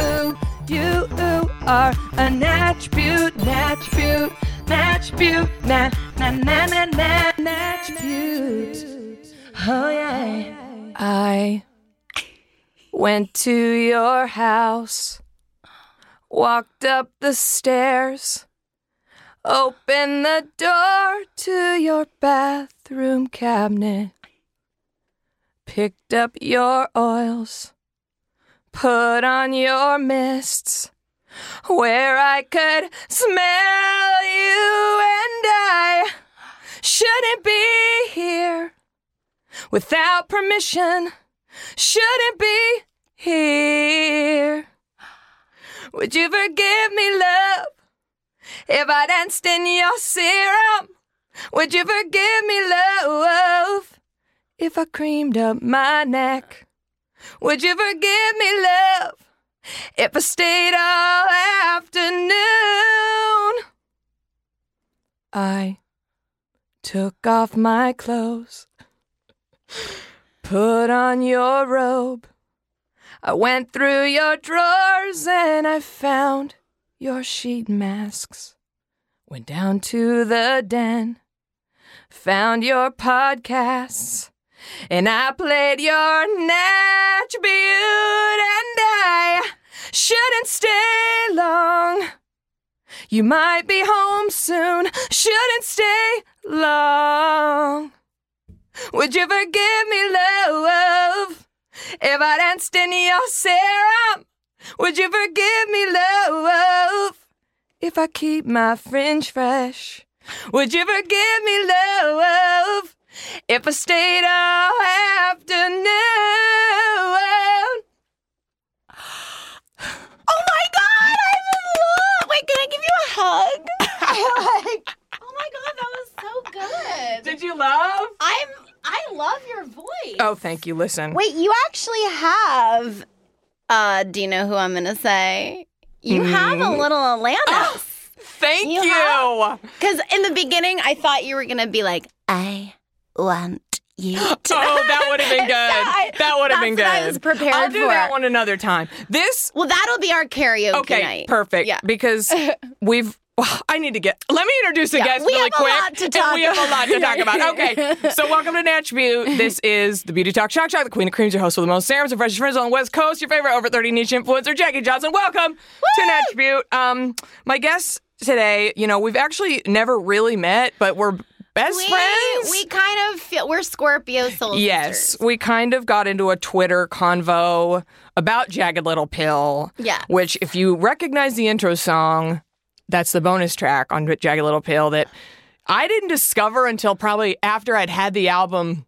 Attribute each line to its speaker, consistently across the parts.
Speaker 1: ooh, you, ooh, are a natch beaut, natch beaut, natch beaut, na, na, na, na, na, natch beaut. Oh, yeah. I went to your house, walked up the stairs, opened the door to your bathroom cabinet picked up your oils, put on your mists, where I could smell you, and I shouldn't be here without permission, shouldn't be here. Would you forgive me, love, if I danced in your serum? Would you forgive me, love? if I creamed up my neck? Would you forgive me, love, if I stayed all afternoon? I took off my clothes, put on your robe. I went through your drawers and I found your sheet masks. Went down to the den, found your podcasts. And I played your Natch Butte, and I shouldn't stay long. You might be home soon, shouldn't stay long. Would you forgive me, love, if I danced in your serum? Would you forgive me, love, if I keep my fringe fresh? Would you forgive me, love, if I stayed all afternoon?
Speaker 2: Oh my god, I'm in love. Wait, can I give you a hug? oh my god, that was so good.
Speaker 1: Did you love?
Speaker 2: I'm I love your voice.
Speaker 1: Oh, thank you. Listen.
Speaker 3: Wait, you actually have. Uh, do you know who I'm gonna say? You have
Speaker 1: Mm-hmm.
Speaker 3: a little
Speaker 2: Ah.
Speaker 3: Alanis.
Speaker 1: Thank you.
Speaker 3: you Because in the beginning, I thought you were gonna be like, I want you. To.
Speaker 1: Oh, that would have been good.
Speaker 3: I-
Speaker 1: that would have been good.
Speaker 3: that's what I was prepared
Speaker 1: I'll do
Speaker 3: for.
Speaker 1: that one another time. This
Speaker 3: Well, that'll be our karaoke
Speaker 1: okay,
Speaker 3: night.
Speaker 1: perfect.
Speaker 3: Yeah.
Speaker 1: Because we've. I need to get. Let me introduce the guests
Speaker 3: we
Speaker 1: really
Speaker 3: have a
Speaker 1: quick.
Speaker 3: lot to
Speaker 1: and
Speaker 3: talk
Speaker 1: we have a lot to
Speaker 3: about.
Speaker 1: talk about. Okay, so welcome to Natchview. This is the Beauty Talk Shock Shock, the Queen of Creams, your host with the most serums and freshest friends on the West Coast. Your favorite over thirty niche influencer, Jackie Johnson. Welcome to Natchview. Um, my guest today, you know, we've actually never really met, but we're best
Speaker 3: We,
Speaker 1: friends.
Speaker 3: we kind of feel we're Scorpio soul
Speaker 1: Yes,
Speaker 3: sisters.
Speaker 1: we kind of got into a Twitter convo about Jagged Little Pill.
Speaker 3: Yeah.
Speaker 1: Which, if you recognize the intro song, that's the bonus track on Jagged Little Pill that I didn't discover until probably after I'd had the album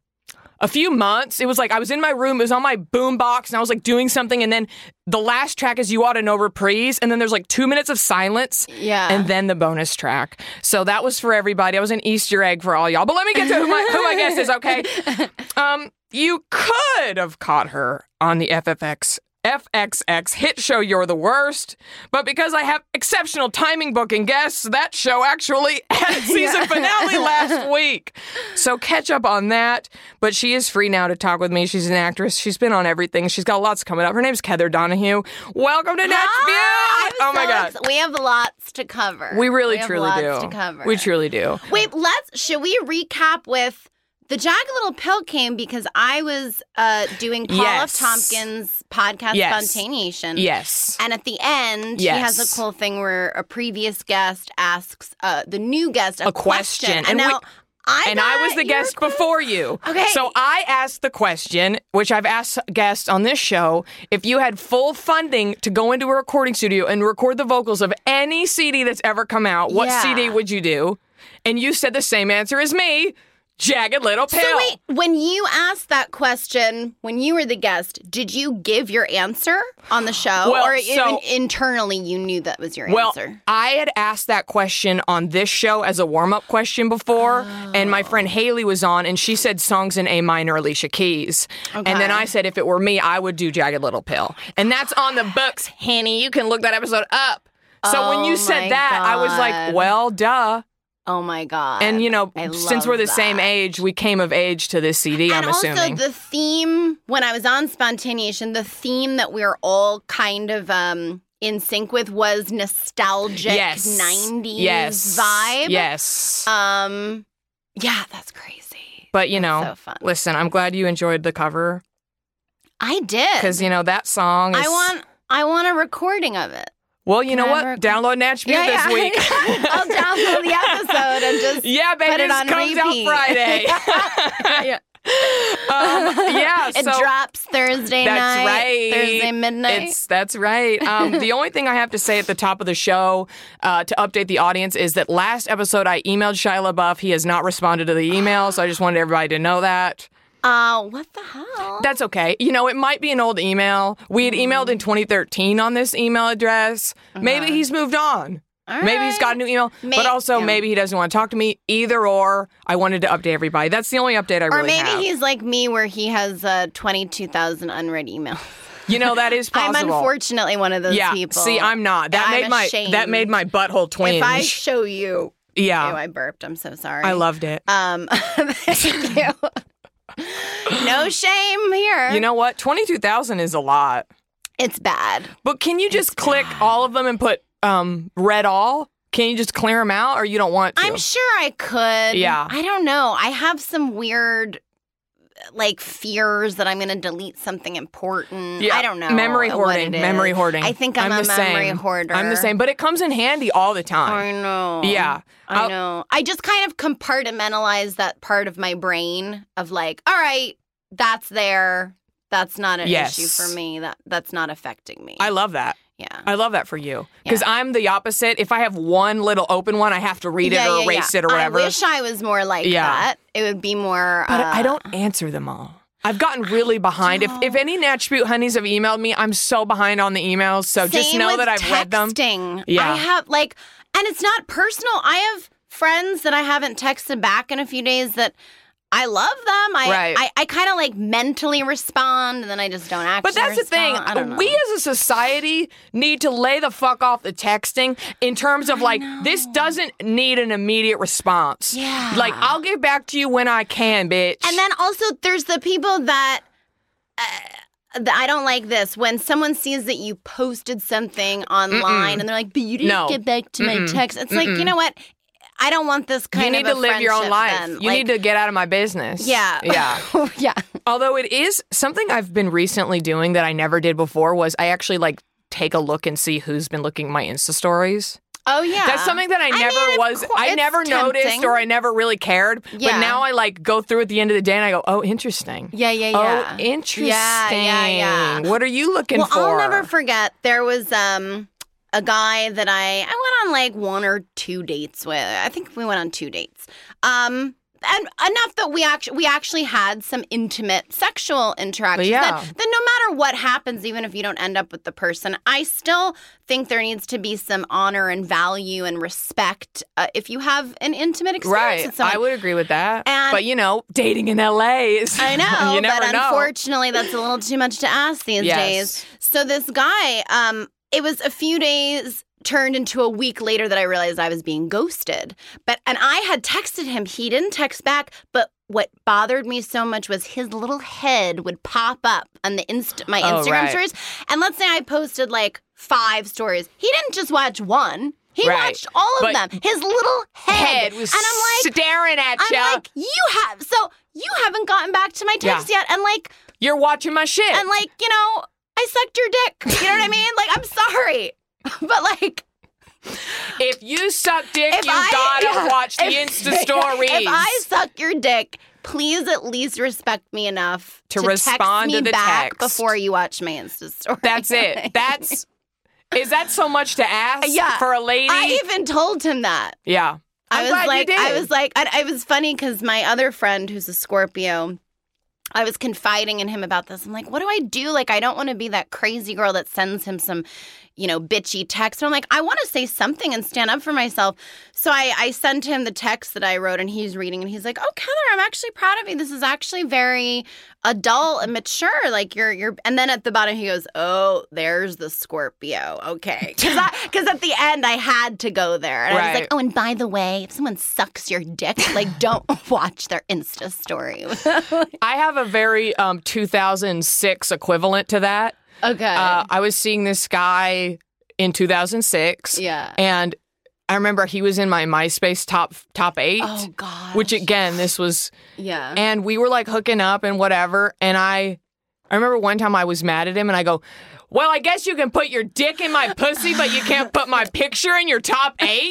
Speaker 1: a few months. It was like I was in my room, it was on my boombox, and I was like doing something. And then the last track is You Ought to Know Reprise. And then there's like two minutes of silence.
Speaker 3: Yeah.
Speaker 1: And then the bonus track. So that was for everybody. I was an Easter egg for all y'all. But let me get to who my, who my guest is, okay? Um, you could have caught her on the FFX. FXX hit show You're the Worst, but because I have exceptional timing booking guests, that show actually had its season finale last week. So catch up on that. But she is free now to talk with me. She's an actress. She's been on everything. She's got lots coming up. Her name's Heather Donahue. Welcome to Natchview.
Speaker 3: Ah, I'm
Speaker 1: Oh my
Speaker 3: so
Speaker 1: God.
Speaker 3: ex- we have lots to cover.
Speaker 1: We really
Speaker 3: have
Speaker 1: truly
Speaker 3: lots
Speaker 1: do.
Speaker 3: To cover.
Speaker 1: We truly do.
Speaker 3: Wait, let's. Should we recap with the Jagged Little Pill came because I was uh, doing Paul
Speaker 1: Yes.
Speaker 3: F. Tompkins' podcast
Speaker 1: Yes.
Speaker 3: Spontaneation.
Speaker 1: Yes.
Speaker 3: And at the end, he has
Speaker 1: Yes.
Speaker 3: a cool thing where a previous guest asks uh, the new guest a,
Speaker 1: A question.
Speaker 3: And,
Speaker 1: And we-
Speaker 3: now I
Speaker 1: and I
Speaker 3: got
Speaker 1: was the
Speaker 3: your
Speaker 1: guest
Speaker 3: que-
Speaker 1: before you.
Speaker 3: Okay.
Speaker 1: So I asked the question, which I've asked guests on this show, if you had full funding to go into a recording studio and record the vocals of any CD that's ever come out, what
Speaker 3: Yeah.
Speaker 1: CD would you do? And you said the same answer as me. jagged little pill.
Speaker 3: So wait, when you asked that question, when you were the guest, did you give your answer on the show,
Speaker 1: Well,
Speaker 3: or
Speaker 1: so-
Speaker 3: even internally you knew that was your
Speaker 1: Well,
Speaker 3: answer?
Speaker 1: I had asked that question on this show as a warm up question before, and my
Speaker 3: Oh.
Speaker 1: friend Haley was on, and she said songs in A minor, Alicia Keys. And then I said, if it were me, I would do Jagged Little Pill. And that's on the books, Henny. You can look that episode up. So when
Speaker 3: Oh
Speaker 1: you
Speaker 3: my
Speaker 1: said that, I was
Speaker 3: God.
Speaker 1: like, well, duh.
Speaker 3: Oh my god!
Speaker 1: And you know,
Speaker 3: I
Speaker 1: since
Speaker 3: love
Speaker 1: we're the
Speaker 3: that.
Speaker 1: same age, we came of age to this CD,
Speaker 3: and
Speaker 1: I'm
Speaker 3: also
Speaker 1: assuming.
Speaker 3: the theme when I was on Spontaneation, the theme that we were all kind of um in sync with was nostalgic
Speaker 1: yes.
Speaker 3: 90s
Speaker 1: yes.
Speaker 3: vibe.
Speaker 1: Yes.
Speaker 3: Um yeah, that's crazy.
Speaker 1: but you know,
Speaker 3: so fun.
Speaker 1: listen, I'm glad you enjoyed the cover
Speaker 3: I did.
Speaker 1: because you know that song is
Speaker 3: I want I want a recording of it.
Speaker 1: Well, you
Speaker 3: Can
Speaker 1: know
Speaker 3: I
Speaker 1: what?
Speaker 3: have a
Speaker 1: Download Natch View this week.
Speaker 3: I'll download the episode and just
Speaker 1: yeah, baby,
Speaker 3: put it
Speaker 1: this
Speaker 3: on
Speaker 1: comes
Speaker 3: repeat.
Speaker 1: out Friday. yeah. Um, yeah,
Speaker 3: It
Speaker 1: so
Speaker 3: drops Thursday
Speaker 1: that's
Speaker 3: night.
Speaker 1: right.
Speaker 3: Thursday midnight.
Speaker 1: It's, that's right. Um, the only thing I have to say at the top of the show uh, to update the audience is that last episode I emailed Shia LaBeouf. He has not responded to the email, so I just wanted everybody to know that.
Speaker 3: uh what the hell?
Speaker 1: That's okay. You know, it might be an old email. We had emailed
Speaker 3: Mm.
Speaker 1: in 2013 on this email address. Maybe he's moved on.
Speaker 3: Uh-huh. All
Speaker 1: Maybe he's got a new email,
Speaker 3: May-
Speaker 1: but also
Speaker 3: yeah.
Speaker 1: maybe he doesn't want to talk to me. Either or, I wanted to update everybody. That's the only update I
Speaker 3: Or
Speaker 1: really
Speaker 3: maybe
Speaker 1: have.
Speaker 3: he's like me, where he has uh, twenty two thousand unread emails.
Speaker 1: you know, that is
Speaker 3: I'm
Speaker 1: possible.
Speaker 3: unfortunately one of those
Speaker 1: yeah.
Speaker 3: people.
Speaker 1: See, I'm not. That
Speaker 3: I'm
Speaker 1: made my
Speaker 3: ashamed.
Speaker 1: that made my butthole twinge.
Speaker 3: If I show you,
Speaker 1: yeah,
Speaker 3: Ew, I burped. I'm so sorry.
Speaker 1: I loved it.
Speaker 3: Um, thank you. no shame here.
Speaker 1: You know what? Twenty two thousand is a lot.
Speaker 3: it's bad.
Speaker 1: But can you just click all of them and put um red all? Can you just clear them out, or you don't want to?
Speaker 3: I'm sure I could.
Speaker 1: Yeah.
Speaker 3: I don't know. I have some weird like fears that I'm going to delete something important.
Speaker 1: Yeah.
Speaker 3: I don't know.
Speaker 1: Memory
Speaker 3: what
Speaker 1: hoarding.
Speaker 3: it is.
Speaker 1: Memory hoarding.
Speaker 3: I think I'm,
Speaker 1: I'm
Speaker 3: a
Speaker 1: the
Speaker 3: memory
Speaker 1: same.
Speaker 3: hoarder.
Speaker 1: I'm the same, but it comes in handy all the time.
Speaker 3: I know.
Speaker 1: Yeah.
Speaker 3: I
Speaker 1: I'll-
Speaker 3: know. I just kind of compartmentalize that part of my brain of like, all right, that's there. That's not an
Speaker 1: Yes.
Speaker 3: issue for me. That that's not affecting me.
Speaker 1: I love that.
Speaker 3: yeah.
Speaker 1: I love that for you because I'm the opposite. If I have one little open one, I have to read it
Speaker 3: Yeah,
Speaker 1: or
Speaker 3: yeah,
Speaker 1: erase
Speaker 3: yeah.
Speaker 1: it or whatever.
Speaker 3: I wish I was more like
Speaker 1: Yeah.
Speaker 3: that. It would be more.
Speaker 1: but I
Speaker 3: uh,
Speaker 1: don't answer them all. I've gotten really behind. If, if any Natchbute honeys have emailed me, I'm so behind on the emails. So just
Speaker 3: Same
Speaker 1: know
Speaker 3: with
Speaker 1: that I've read them.
Speaker 3: texting.
Speaker 1: Yeah.
Speaker 3: I have like, and it's not personal. I have friends that I haven't texted back in a few days that I love them. I
Speaker 1: Right.
Speaker 3: I, I kind of like mentally respond, and then I just don't actually.
Speaker 1: But that's the thing.
Speaker 3: respond. I don't know.
Speaker 1: We as a society need to lay the fuck off the texting in terms of like, this doesn't need an immediate response.
Speaker 3: Yeah.
Speaker 1: Like, I'll get back to you when I can, bitch.
Speaker 3: And then also, there's the people that. Uh, that I don't like this when someone sees that you posted something online and they're like, "But you didn't
Speaker 1: No.
Speaker 3: get back to my text." It's like, you know what? I don't want this kind
Speaker 1: you need to
Speaker 3: of a
Speaker 1: live your own
Speaker 3: friendship
Speaker 1: life.
Speaker 3: then.
Speaker 1: You
Speaker 3: Like,
Speaker 1: need to get out of my business.
Speaker 3: Yeah.
Speaker 1: Yeah.
Speaker 3: yeah.
Speaker 1: Although it is something I've been recently doing that I never did before was I actually like take a look and see who's been looking at my Insta stories.
Speaker 3: Oh yeah.
Speaker 1: That's something that I
Speaker 3: mean,
Speaker 1: never
Speaker 3: of
Speaker 1: was
Speaker 3: cour-
Speaker 1: I
Speaker 3: it's
Speaker 1: never noticed
Speaker 3: tempting.
Speaker 1: or I never really cared.
Speaker 3: Yeah.
Speaker 1: But now I like go through at the end of the day and I go, "Oh, interesting."
Speaker 3: Yeah, yeah, yeah.
Speaker 1: Oh, interesting.
Speaker 3: Yeah, yeah, yeah.
Speaker 1: What are you looking
Speaker 3: well,
Speaker 1: for?
Speaker 3: I'll never forget. There was um a guy that I I went on like one or two dates with. I think we went on two dates. Um and enough that we actually we actually had some intimate sexual interaction.
Speaker 1: Yeah.
Speaker 3: That, that no matter what happens, even if you don't end up with the person, I still think there needs to be some honor and value and respect uh, if you have an intimate experience
Speaker 1: Right.
Speaker 3: with someone.
Speaker 1: I would agree with that.
Speaker 3: And-
Speaker 1: but you know, dating in LA is
Speaker 3: I know,
Speaker 1: you never
Speaker 3: but
Speaker 1: know.
Speaker 3: unfortunately, that's a little too much to ask these
Speaker 1: Yes.
Speaker 3: days. So this guy, um, it was a few days turned into a week later that I realized I was being ghosted. But and I had texted him, he didn't text back, but. What bothered me so much was his little head would pop up on the inst- my
Speaker 1: Oh,
Speaker 3: Instagram
Speaker 1: right.
Speaker 3: stories, and let's say I posted like five stories. He didn't just watch one; he
Speaker 1: Right.
Speaker 3: watched all of
Speaker 1: But-
Speaker 3: them. His little head,
Speaker 1: Head was
Speaker 3: and I'm like,
Speaker 1: staring at
Speaker 3: I'm
Speaker 1: you.
Speaker 3: like, you have so you haven't gotten back to my text yet, and like,
Speaker 1: You're watching my shit.
Speaker 3: and like, you know, I sucked your dick. You know what I mean? Like, I'm sorry, but like,
Speaker 1: If you suck dick,
Speaker 3: if
Speaker 1: you
Speaker 3: I
Speaker 1: gotta
Speaker 3: yeah,
Speaker 1: watch the
Speaker 3: if-
Speaker 1: Insta stories.
Speaker 3: If I suck your dick, please at least respect me enough
Speaker 1: To
Speaker 3: text
Speaker 1: respond to
Speaker 3: me
Speaker 1: the
Speaker 3: back
Speaker 1: text.
Speaker 3: before you watch my Insta story.
Speaker 1: That's it.
Speaker 3: Like,
Speaker 1: That's is that so much to ask
Speaker 3: Yeah.
Speaker 1: for a lady?
Speaker 3: I even told him that.
Speaker 1: yeah.
Speaker 3: I
Speaker 1: I'm
Speaker 3: was
Speaker 1: glad you
Speaker 3: like,
Speaker 1: did.
Speaker 3: I was like, I, I was funny because my other friend who's a Scorpio, I was confiding in him about this. I'm like, what do I do? Like, I don't want to be that crazy girl that sends him some, you know, bitchy text. And I'm like, I want to say something and stand up for myself. So I, I sent him the text that I wrote and he's reading and he's like, oh, Heather, I'm actually proud of you. This is actually very adult and mature. Like you're, you're, and then at the bottom he goes, oh, there's the Scorpio. Okay. Because at the end I had to go there. And I was
Speaker 1: Right.
Speaker 3: like, oh, and by the way, if someone sucks your dick, like don't watch their Insta story.
Speaker 1: I have a very um, 2006 equivalent to that.
Speaker 3: okay.
Speaker 1: Uh, I was seeing this guy in 2006.
Speaker 3: yeah.
Speaker 1: And I remember he was in my MySpace top top eight,
Speaker 3: Oh God.
Speaker 1: which again, this was,
Speaker 3: yeah.
Speaker 1: and we were like hooking up and whatever. And I, I remember one time I was mad at him and I go, well, I guess you can put your dick in my pussy, but you can't put my picture in your top eight.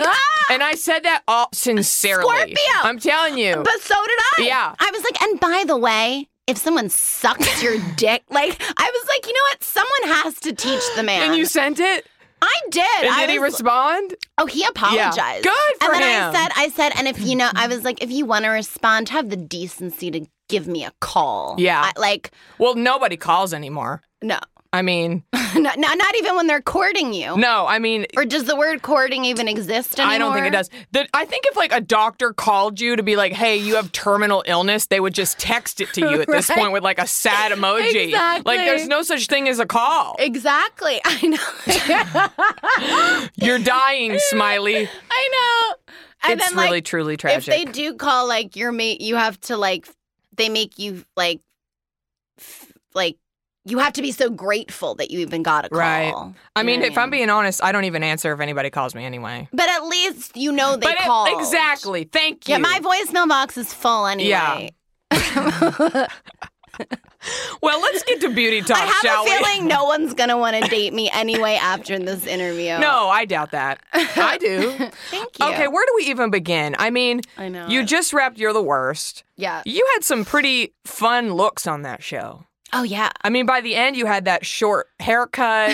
Speaker 1: and I said that all sincerely.
Speaker 3: Ah! Scorpio!
Speaker 1: I'm telling you.
Speaker 3: but so did I.
Speaker 1: Yeah.
Speaker 3: I was like, and by the way, if someone sucks your dick, like I was like, you know what? Someone has to teach the man.
Speaker 1: and you sent it?
Speaker 3: I did.
Speaker 1: And
Speaker 3: I
Speaker 1: did he
Speaker 3: was-
Speaker 1: respond?
Speaker 3: Oh, he apologized.
Speaker 1: Good for
Speaker 3: and then
Speaker 1: him.
Speaker 3: I said, I said, and if you know, I was like, if you want to respond, have the decency to give me a call.
Speaker 1: Yeah.
Speaker 3: I, like
Speaker 1: Well, nobody calls anymore.
Speaker 3: no,
Speaker 1: I mean,
Speaker 3: not, not not even when they're courting you.
Speaker 1: no, I mean,
Speaker 3: Or does the word courting even exist anymore?
Speaker 1: I don't think it does. The, I think if like a doctor called you to be like, "Hey, you have terminal illness," they would just text it to you at this point with like a sad emoji.
Speaker 3: Exactly.
Speaker 1: Like there's no such thing as a call.
Speaker 3: Exactly. I know.
Speaker 1: You're dying, Smiley.
Speaker 3: I know. And
Speaker 1: it's
Speaker 3: then, like,
Speaker 1: really truly
Speaker 3: if
Speaker 1: tragic.
Speaker 3: they do call like your mate you have to like they make you like f- like you have to be so grateful that you even got a call
Speaker 1: Right. I
Speaker 3: You
Speaker 1: mean,
Speaker 3: know
Speaker 1: if
Speaker 3: what
Speaker 1: I'm being honest, I don't even answer if anybody calls me anyway.
Speaker 3: but at least you know they
Speaker 1: but it-
Speaker 3: called.
Speaker 1: exactly. Thank you.
Speaker 3: yeah my voicemail box is full
Speaker 1: Yeah.
Speaker 3: anyway
Speaker 1: well, let's get to beauty talk,
Speaker 3: i have
Speaker 1: Oh, shall
Speaker 3: a
Speaker 1: we?
Speaker 3: feeling no one's gonna want to date me anyway after this interview
Speaker 1: No, I doubt that. I do.
Speaker 3: thank you
Speaker 1: Okay, where do we even begin? I mean,
Speaker 3: I know.
Speaker 1: you just wrapped You're the Worst.
Speaker 3: yeah
Speaker 1: You had some pretty fun looks on that show.
Speaker 3: oh yeah
Speaker 1: I mean, by the end, you had that short haircut.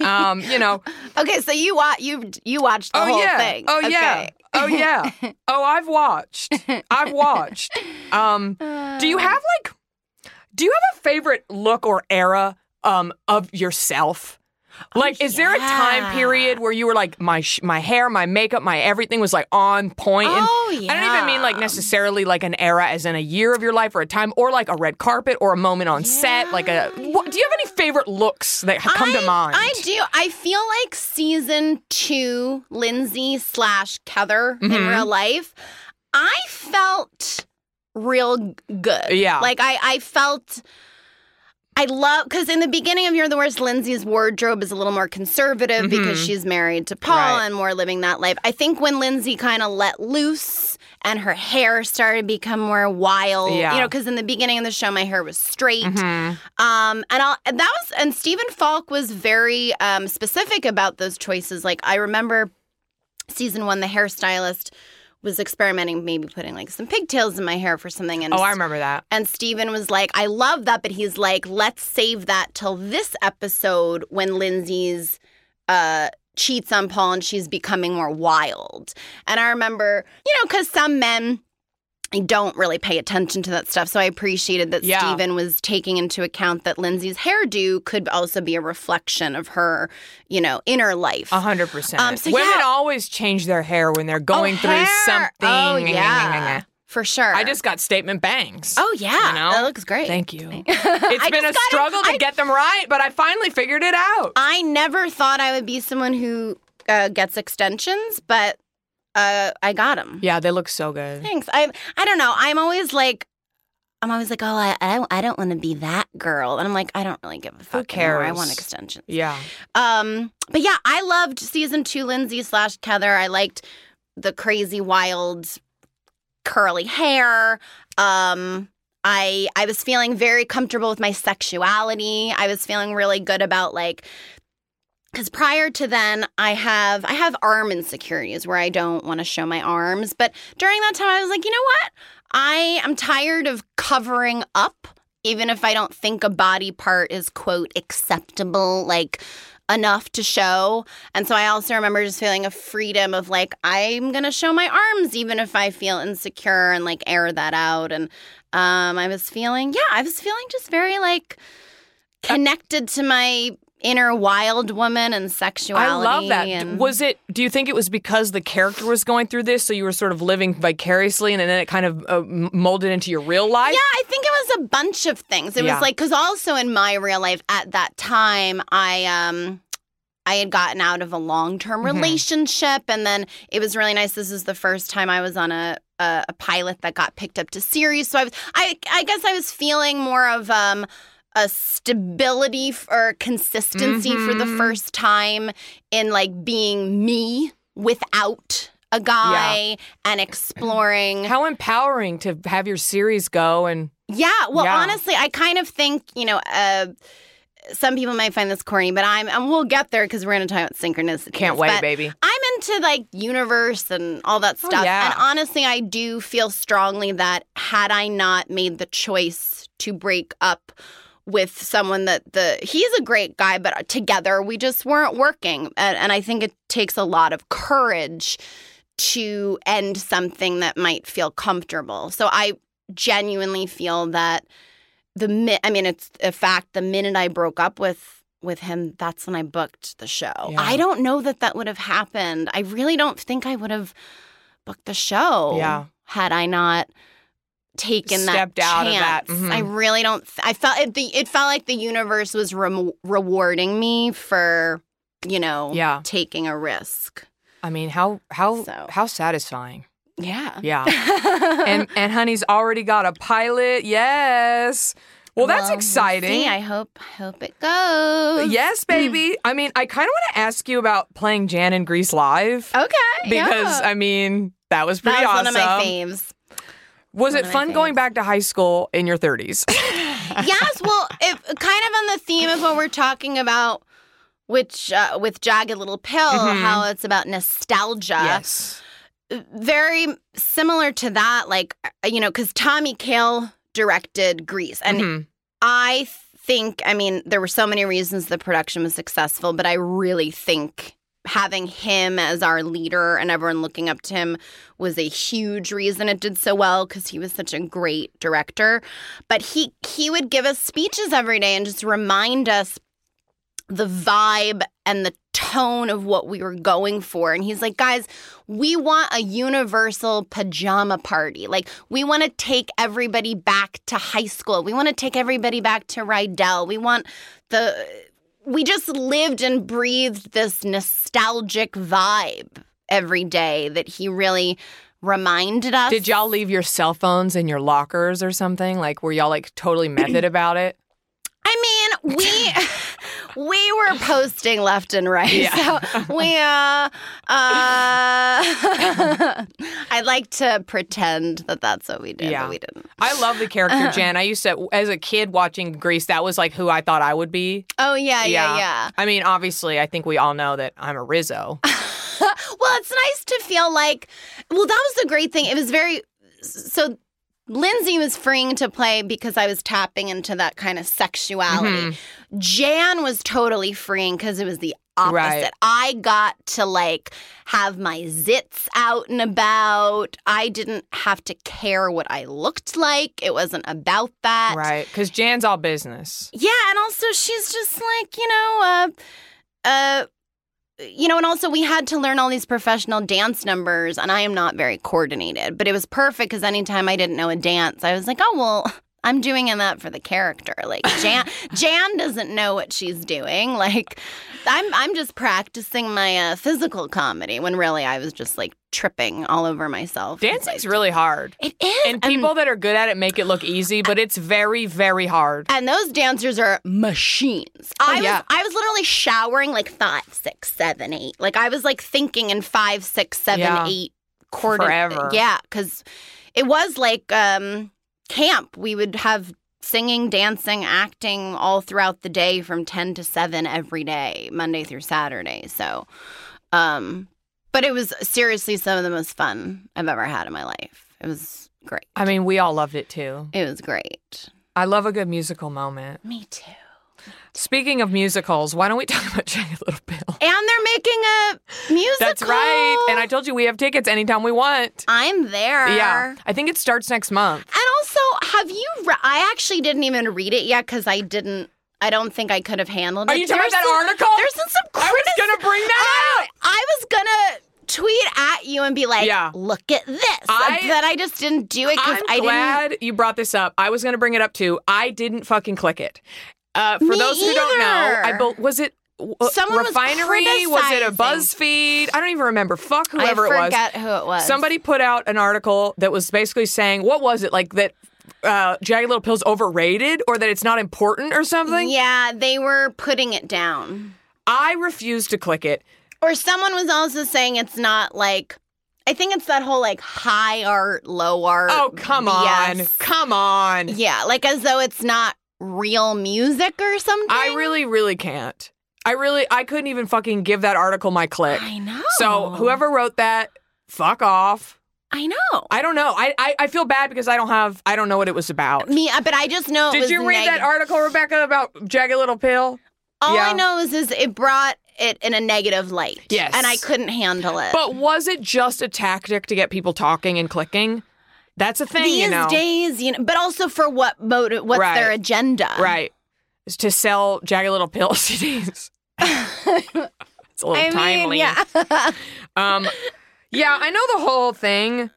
Speaker 1: um, you know,
Speaker 3: okay so you watch you you watched the
Speaker 1: oh
Speaker 3: whole
Speaker 1: yeah,
Speaker 3: thing
Speaker 1: oh yeah,
Speaker 3: Okay.
Speaker 1: oh yeah, oh I've watched, I've watched. Um, do you have like, do you have a favorite look or era um of yourself? Like, is there a
Speaker 3: yeah.
Speaker 1: time period where you were like, my sh- my hair, my makeup, my everything was like on point? And
Speaker 3: Oh,
Speaker 1: I don't even mean like
Speaker 3: yeah.
Speaker 1: necessarily like an era as in a year of your life or a time or like a red carpet or a moment on set. Like a, what, do you have any favorite looks that have come
Speaker 3: I,
Speaker 1: to mind?
Speaker 3: I do. I feel like season two, Lindsay slash Heather in
Speaker 1: Mm-hmm.
Speaker 3: real life, I felt real g- good.
Speaker 1: Yeah.
Speaker 3: Like I, I felt. I love because in the beginning of You're the Worst, Lindsay's wardrobe is a little more conservative because she's married to Paul
Speaker 1: Mm-hmm. Right.
Speaker 3: and more living that life. I think when Lindsay kind of let loose and her hair started to become more wild,
Speaker 1: Yeah. Mm-hmm.
Speaker 3: you know, because in the beginning of the show my hair was straight, um, and I'll, and that was and Stephen Falk was very um, specific about those choices. Like I remember season one, the hairstylist was experimenting, maybe putting like some pigtails in my hair for something. And
Speaker 1: Oh, I remember that.
Speaker 3: And Steven was like, I love that, but he's like, let's save that till this episode when Lindsay's uh, cheats on Paul and she's becoming more wild. And I remember, you know, because some men don't really pay attention to that stuff. So I appreciated that
Speaker 1: Yeah.
Speaker 3: Steven was taking into account that Lindsay's hairdo could also be a reflection of her, you know, inner life.
Speaker 1: A hundred percent.
Speaker 3: Um, so
Speaker 1: Women
Speaker 3: yeah.
Speaker 1: always change their hair when they're going
Speaker 3: Oh,
Speaker 1: through
Speaker 3: hair.
Speaker 1: something.
Speaker 3: Oh, yeah. For sure.
Speaker 1: I just got statement bangs.
Speaker 3: Oh yeah,
Speaker 1: You know?
Speaker 3: that looks great.
Speaker 1: Thank you.
Speaker 3: I
Speaker 1: It's been a
Speaker 3: just got it.
Speaker 1: struggle to
Speaker 3: I-
Speaker 1: get them right, but I finally figured it out.
Speaker 3: I never thought I would be someone who uh, gets extensions, but uh, I got them.
Speaker 1: Yeah, they look so good.
Speaker 3: Thanks. I I don't know. I'm always like. I'm always like, oh, I, I don't, I don't want to be that girl, and I'm like, I don't really give a fuck anymore. I
Speaker 1: cares?
Speaker 3: want extensions.
Speaker 1: Yeah.
Speaker 3: Um, but yeah, I loved season two Lindsay slash Heather. I liked the crazy wild curly hair. Um I I was feeling very comfortable with my sexuality. I was feeling really good about like because prior to then I have I have arm insecurities where I don't want to show my arms. But during that time I was like, you know what? I am tired of covering up even if I don't think a body part is quote acceptable, like enough to show. And so I also remember just feeling a freedom of like, I'm going to show my arms even if I feel insecure and like air that out. And um, I was feeling, yeah, I was feeling just very like connected to my inner wild woman and sexuality.
Speaker 1: I love that. D-
Speaker 3: And
Speaker 1: Was it? Do you think it was because the character was going through this, so you were sort of living vicariously, and then it kind of uh, m- molded into your real life?
Speaker 3: Yeah, I think it was a bunch of things. It
Speaker 1: Yeah.
Speaker 3: was like because also in my real life at that time, I um. I had gotten out of a long term
Speaker 1: Mm-hmm.
Speaker 3: relationship, and then it was really nice. This is the first time I was on a, a a pilot that got picked up to series, so I was I I guess I was feeling more of um a stability f- or consistency for the
Speaker 1: Mhm.
Speaker 3: first time in like being me without a guy and exploring
Speaker 1: How empowering to have your series go and
Speaker 3: yeah. Well,
Speaker 1: Yeah.
Speaker 3: honestly, I kind of think you know. Uh, some people might find this corny, but I'm, and we'll get there because we're going to talk about synchronicity.
Speaker 1: can't wait, baby.
Speaker 3: I'm into like universe and all that
Speaker 1: Oh,
Speaker 3: stuff.
Speaker 1: yeah.
Speaker 3: And honestly, I do feel strongly that had I not made the choice to break up with someone that the he's a great guy, but together we just weren't working. And, and I think it takes a lot of courage to end something that might feel comfortable. So I genuinely feel that the mi- I mean it's a fact the minute I broke up with with him that's when I booked the show.
Speaker 1: Yeah.
Speaker 3: I don't know that that would have happened. I really don't think I would have booked the show
Speaker 1: Yeah.
Speaker 3: had I not taken
Speaker 1: Stepped
Speaker 3: that
Speaker 1: out of that.
Speaker 3: chance.
Speaker 1: Mhm.
Speaker 3: I really don't th- I felt it, the, it felt like the universe was rem- rewarding me for you know
Speaker 1: Yeah.
Speaker 3: taking a risk.
Speaker 1: I mean, how how
Speaker 3: So. Um,
Speaker 1: how satisfying.
Speaker 3: Yeah.
Speaker 1: Yeah. and and honey's already got a pilot. Yes. Well, that's
Speaker 3: we'll
Speaker 1: exciting.
Speaker 3: see. I Hmm. hope I hope it goes.
Speaker 1: yes, baby. I mean, I kind of want to ask you about playing Jan in Grease live
Speaker 3: Okay.
Speaker 1: because
Speaker 3: Oh, yeah.
Speaker 1: I mean that was pretty
Speaker 3: that was
Speaker 1: awesome.
Speaker 3: one of my faves.
Speaker 1: Was
Speaker 3: One
Speaker 1: it
Speaker 3: of my
Speaker 1: fun going
Speaker 3: faves.
Speaker 1: back to high school in your 30s?
Speaker 3: yes. Well, it, kind of on the theme of what we're talking about, which uh, with Jagged Little Pill,
Speaker 1: Mhm.
Speaker 3: how it's about nostalgia.
Speaker 1: yes.
Speaker 3: very similar to that, like, uh, you know, because Tommy Kail directed Grease. And
Speaker 1: Mhm.
Speaker 3: I think, I mean, there were so many reasons the production was successful, but I really think having him as our leader and everyone looking up to him was a huge reason it did so well because he was such a great director. But he he would give us speeches every day and just remind us the vibe and the tone of what we were going for. And he's like, guys, we want a universal pajama party. Like, we want to take everybody back to high school. We want to take everybody back to Rydell. We want the. We just lived and breathed this nostalgic vibe every day that he really reminded us.
Speaker 1: Did y'all leave your cell phones in your lockers or something? Like, were y'all like totally method about it?
Speaker 3: I mean, we we were posting left and right. So we uh, uh I'd like to pretend that that's what we did,
Speaker 1: Yeah.
Speaker 3: but we didn't.
Speaker 1: I love the
Speaker 3: Uh,
Speaker 1: character Jan. I used to, as a kid watching Grease, that was like who I thought I would be.
Speaker 3: Oh yeah, yeah,
Speaker 1: Yeah.
Speaker 3: yeah.
Speaker 1: I mean, obviously, I think we all know that I'm a Rizzo.
Speaker 3: Well, it's nice to feel like well, that was the great thing. It was very so Lindsay was freeing to play because I was tapping into that kind of sexuality. Jan was totally freeing because it was the opposite.
Speaker 1: Mm-hmm. Right.
Speaker 3: I got to like have my zits out and about. I didn't have to care what I looked like. It wasn't about that.
Speaker 1: Right. Because Jan's all business.
Speaker 3: Yeah, and also she's just like, you know, uh uh you know, and also we had to learn all these professional dance numbers, and I am not very coordinated, but it was perfect because anytime I didn't know a dance, I was like, oh, well, I'm doing in that for the character. Like Jan, Jan doesn't know what she's doing. Like, I'm I'm just practicing my uh, physical comedy when really I was just like tripping all over myself.
Speaker 1: Dancing's really hard.
Speaker 3: it is,
Speaker 1: And people that are good at it make it look easy, but it's very, very hard.
Speaker 3: And those dancers are machines. I
Speaker 1: Oh, yeah.
Speaker 3: was I was literally showering like five, six, seven, eight. Like I was like thinking in five, six, seven, eight
Speaker 1: Yeah.
Speaker 3: quarter.
Speaker 1: Forever.
Speaker 3: Yeah, because it was like um, camp. We would have singing, dancing, acting all throughout the day from ten to seven every day, Monday through Saturday. So, um, but it was seriously some of the most fun I've ever had in my life. It was great.
Speaker 1: I mean, we all loved it too.
Speaker 3: It was great.
Speaker 1: I love a good musical moment.
Speaker 3: Me too.
Speaker 1: Speaking of musicals, why don't we talk about Jagged Little Pill?
Speaker 3: And they're making a musical.
Speaker 1: That's right. And I told you we have tickets anytime we want.
Speaker 3: I'm there.
Speaker 1: Yeah. I think it starts next month.
Speaker 3: And also, have you? Re- I actually didn't even read it yet because I didn't. I don't think I could have handled it.
Speaker 1: Are you talking
Speaker 3: There's
Speaker 1: about that
Speaker 3: some-
Speaker 1: article?
Speaker 3: There's been some
Speaker 1: I was
Speaker 3: criticism.
Speaker 1: going to bring that out.
Speaker 3: I was gonna tweet at you and be like,
Speaker 1: Yeah.
Speaker 3: "Look at this."
Speaker 1: I-
Speaker 3: that I just didn't do it because
Speaker 1: I'm
Speaker 3: I didn't.
Speaker 1: glad you brought this up. I was going to bring it up too. I didn't fucking click it. Uh, for
Speaker 3: Me
Speaker 1: those who don't know, I
Speaker 3: either.
Speaker 1: bel was it w-
Speaker 3: Someone was
Speaker 1: refinery? was it a
Speaker 3: criticizing.
Speaker 1: BuzzFeed? I don't even remember. Fuck
Speaker 3: I
Speaker 1: whoever it was.
Speaker 3: forget who it was.
Speaker 1: Somebody put out an article that was basically saying, what was it like that? Uh, Jagged Little Pill's overrated, or that it's not important, or something.
Speaker 3: Yeah, they were putting it down.
Speaker 1: I refuse to click it.
Speaker 3: Or someone was also saying it's not like. I think it's that whole like high art, low art.
Speaker 1: Oh come on,
Speaker 3: BS.
Speaker 1: come on!
Speaker 3: Er, Yeah, like as though it's not real music or something.
Speaker 1: I really, really can't. I really, I couldn't even fucking give that article my click.
Speaker 3: I know.
Speaker 1: So whoever wrote that, fuck off.
Speaker 3: I know.
Speaker 1: I don't know. I, I, I feel bad because I don't have I don't know what it was about.
Speaker 3: Me, uh, but I just know. it
Speaker 1: Did
Speaker 3: was
Speaker 1: you read that
Speaker 3: neg-
Speaker 1: article, Rebecca, about Jagged Little Pill?
Speaker 3: All
Speaker 1: Yeah.
Speaker 3: I know is, is it brought it in a negative light.
Speaker 1: Yes.
Speaker 3: and I couldn't handle it.
Speaker 1: But was it just a tactic to get people talking and clicking? That's a thing,
Speaker 3: these
Speaker 1: you know.
Speaker 3: days, you know, but also for what motive? What's
Speaker 1: Right.
Speaker 3: their agenda?
Speaker 1: right. Is to sell Jagged Little Pill CDs. it's a little
Speaker 3: I mean,
Speaker 1: timely.
Speaker 3: yeah.
Speaker 1: Um, yeah, I know the whole thing.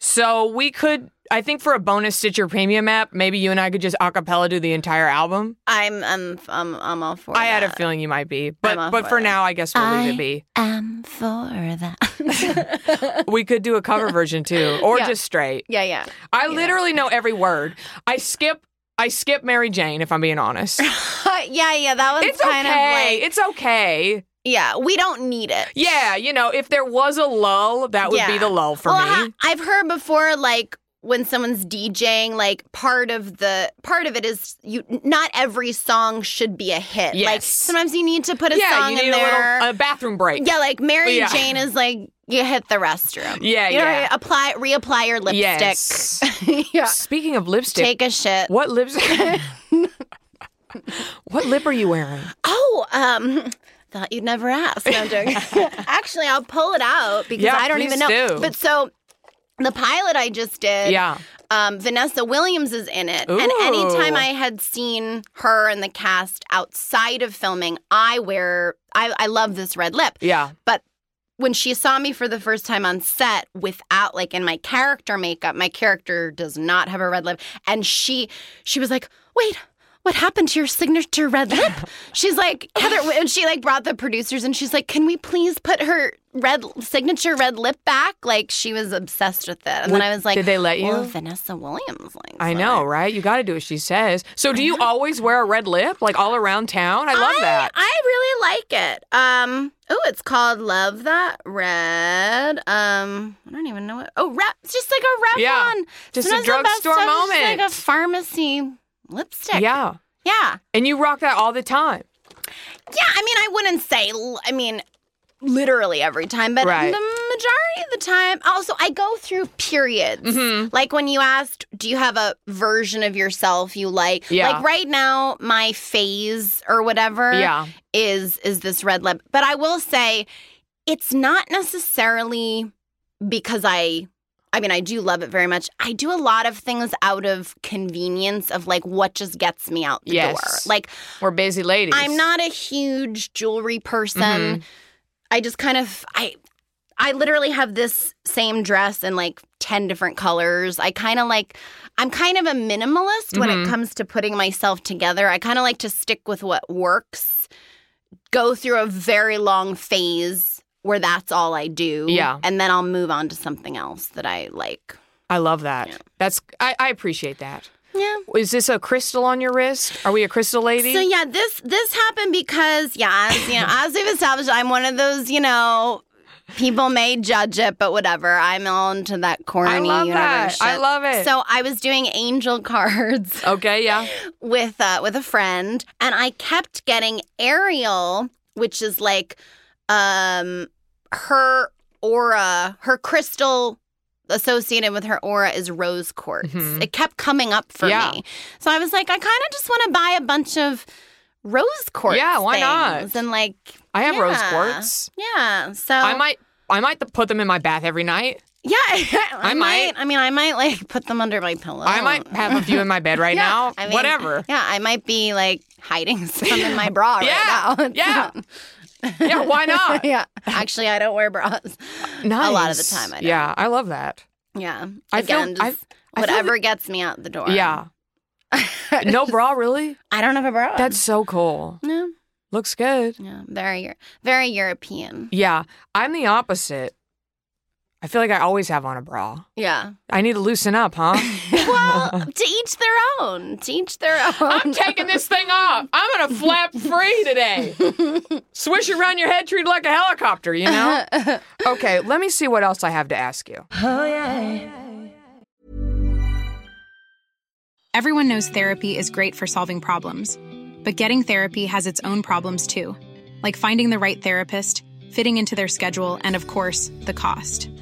Speaker 1: So we could, I think, for a bonus Stitcher Premium app, maybe you and I could just a cappella do the entire album.
Speaker 3: I'm, I'm, I'm, I'm all for.
Speaker 1: I
Speaker 3: that.
Speaker 1: had a feeling you might be,
Speaker 3: I'm
Speaker 1: but
Speaker 3: up
Speaker 1: but
Speaker 3: for
Speaker 1: for
Speaker 3: that.
Speaker 1: now, I guess we'll leave it be.
Speaker 3: I'm for that.
Speaker 1: We could do a cover version too, or
Speaker 3: Yeah.
Speaker 1: just straight.
Speaker 3: yeah, yeah.
Speaker 1: I literally know every word. I skip. I skip Mary Jane if I'm being honest.
Speaker 3: yeah, yeah. That was
Speaker 1: It's
Speaker 3: kind
Speaker 1: okay.
Speaker 3: of like,
Speaker 1: it's okay.
Speaker 3: yeah, we don't need it.
Speaker 1: Yeah, you know, if there was a lull, that would be
Speaker 3: Yeah.
Speaker 1: the lull for
Speaker 3: well,
Speaker 1: me.
Speaker 3: ha- I've heard before, like when someone's DJing, like part of the part of it is you. Not every song should be a hit. Like
Speaker 1: Yes.
Speaker 3: sometimes you need to put a
Speaker 1: yeah,
Speaker 3: song
Speaker 1: you need
Speaker 3: in
Speaker 1: a
Speaker 3: there.
Speaker 1: little a bathroom break.
Speaker 3: yeah, like Mary
Speaker 1: Yeah.
Speaker 3: Jane is like you hit the restroom.
Speaker 1: Yeah,
Speaker 3: you know,
Speaker 1: yeah.
Speaker 3: apply reapply your lipstick.
Speaker 1: Yes.
Speaker 3: yeah,
Speaker 1: Speaking of lipstick,
Speaker 3: take a shit.
Speaker 1: what lips? what lip are you wearing?
Speaker 3: Oh, um. Thought you'd never ask. No, I'm joking. Actually, I'll pull it out because
Speaker 1: Yeah,
Speaker 3: I don't
Speaker 1: please
Speaker 3: even know.
Speaker 1: do.
Speaker 3: But so, the pilot I just did,
Speaker 1: Yeah.
Speaker 3: um, Vanessa Williams is in it. And anytime I had seen her and the cast outside of filming, I wear, I, I love this red lip.
Speaker 1: Yeah.
Speaker 3: But when she saw me for the first time on set without, like, in my character makeup, my character does not have a red lip. And she, she was like, wait. What happened to your signature red lip? She's like Heather, and she like brought the producers, and she's like, "Can we please put her red signature red lip back?" Like she was obsessed with it. And
Speaker 1: Would-
Speaker 3: then I was like,
Speaker 1: did they let
Speaker 3: "Well,
Speaker 1: you?"
Speaker 3: Vanessa Williams. Like,
Speaker 1: I
Speaker 3: so
Speaker 1: know, right? You got to do what she says. So, do you always wear a red lip, like all around town? I love
Speaker 3: Mm-hmm. I,
Speaker 1: that.
Speaker 3: I really like it. Um, oh, it's called Love That Red. Um, I don't even know what. Oh, rep. It's just like a rep
Speaker 1: Yeah.
Speaker 3: on.
Speaker 1: Just a
Speaker 3: Sometimes the best
Speaker 1: drugstore
Speaker 3: stuff is just
Speaker 1: moment.
Speaker 3: like a pharmacy lipstick.
Speaker 1: Yeah,
Speaker 3: yeah,
Speaker 1: and you rock that all the time.
Speaker 3: yeah. I mean, I wouldn't say. l- I mean. Literally every time, but
Speaker 1: Right.
Speaker 3: the majority of the time. Also, I go through periods.
Speaker 1: Mm-hmm.
Speaker 3: Like when you asked, do you have a version of yourself you like?
Speaker 1: Yeah.
Speaker 3: Like right now, my phase or whatever
Speaker 1: Yeah,
Speaker 3: is is this red lip. But I will say it's not necessarily because I I mean I do love it very much. I do a lot of things out of convenience of like what just gets me out the
Speaker 1: Yes.
Speaker 3: door. Like
Speaker 1: we're busy ladies.
Speaker 3: I'm not a huge jewelry person.
Speaker 1: Mhm.
Speaker 3: I just kind of I I literally have this same dress in like 10 different colors. I kind of like I'm kind of a minimalist when it
Speaker 1: Mhm.
Speaker 3: comes to putting myself together. I kind of like to stick with what works. Go through a very long phase where that's all I do.
Speaker 1: Yeah.
Speaker 3: And then I'll move on to something else that I like.
Speaker 1: I love that. That's. I, I appreciate that.
Speaker 3: Yeah.
Speaker 1: Is this a crystal on your wrist? Are we a crystal lady?
Speaker 3: So yeah, this this happened because yeah, as, you know, as we've established, I'm one of those you know people may judge it, but whatever. I'm all into that corny
Speaker 1: I love that.
Speaker 3: universe.
Speaker 1: I
Speaker 3: shit.
Speaker 1: love it.
Speaker 3: So I was doing angel cards
Speaker 1: okay, yeah,
Speaker 3: with uh, with a friend, and I kept getting Ariel, which is like um her aura, her crystal associated with her aura is rose quartz.
Speaker 1: Mhm.
Speaker 3: It kept coming up for
Speaker 1: Yeah.
Speaker 3: me. So I was like, I kind of just want to buy a bunch of rose quartz.
Speaker 1: Yeah, why not?
Speaker 3: things And like,
Speaker 1: I have rose
Speaker 3: yeah. Oh.
Speaker 1: quartz.
Speaker 3: Yeah, so
Speaker 1: I might I might put them in my bath every night.
Speaker 3: Yeah, I,
Speaker 1: I might.
Speaker 3: might. I mean, I might like put them under my pillow.
Speaker 1: I might have a few in my bed right
Speaker 3: Oh. Yeah,
Speaker 1: now.
Speaker 3: I mean,
Speaker 1: Whatever.
Speaker 3: Yeah, I might be like hiding some in my bra
Speaker 1: Yeah,
Speaker 3: right now.
Speaker 1: yeah. Yeah, why not?
Speaker 3: yeah. Actually, I don't wear bras.
Speaker 1: Nice.
Speaker 3: A lot of the time, I don't.
Speaker 1: Yeah, I love that.
Speaker 3: Yeah.
Speaker 1: I feel-
Speaker 3: Again,
Speaker 1: I-
Speaker 3: just
Speaker 1: I feel
Speaker 3: whatever gets me out the door.
Speaker 1: Yeah. No bra, really?
Speaker 3: I don't have a bra.
Speaker 1: That's so cool.
Speaker 3: no.
Speaker 1: Looks good.
Speaker 3: Yeah, very, Eu- very European.
Speaker 1: Yeah, I'm the opposite. I feel like I always have on a bra.
Speaker 3: Yeah.
Speaker 1: I need to loosen up, huh?
Speaker 3: Well, to each their own. To each their own.
Speaker 1: I'm taking this thing off. I'm gonna flap free today. Swish around your head, treat it like a helicopter, you know? Okay, let me see what else I have to ask you.
Speaker 4: Everyone knows therapy is great for solving problems, but getting therapy has its own problems too, like finding the right therapist, fitting into their schedule, and of course, the cost.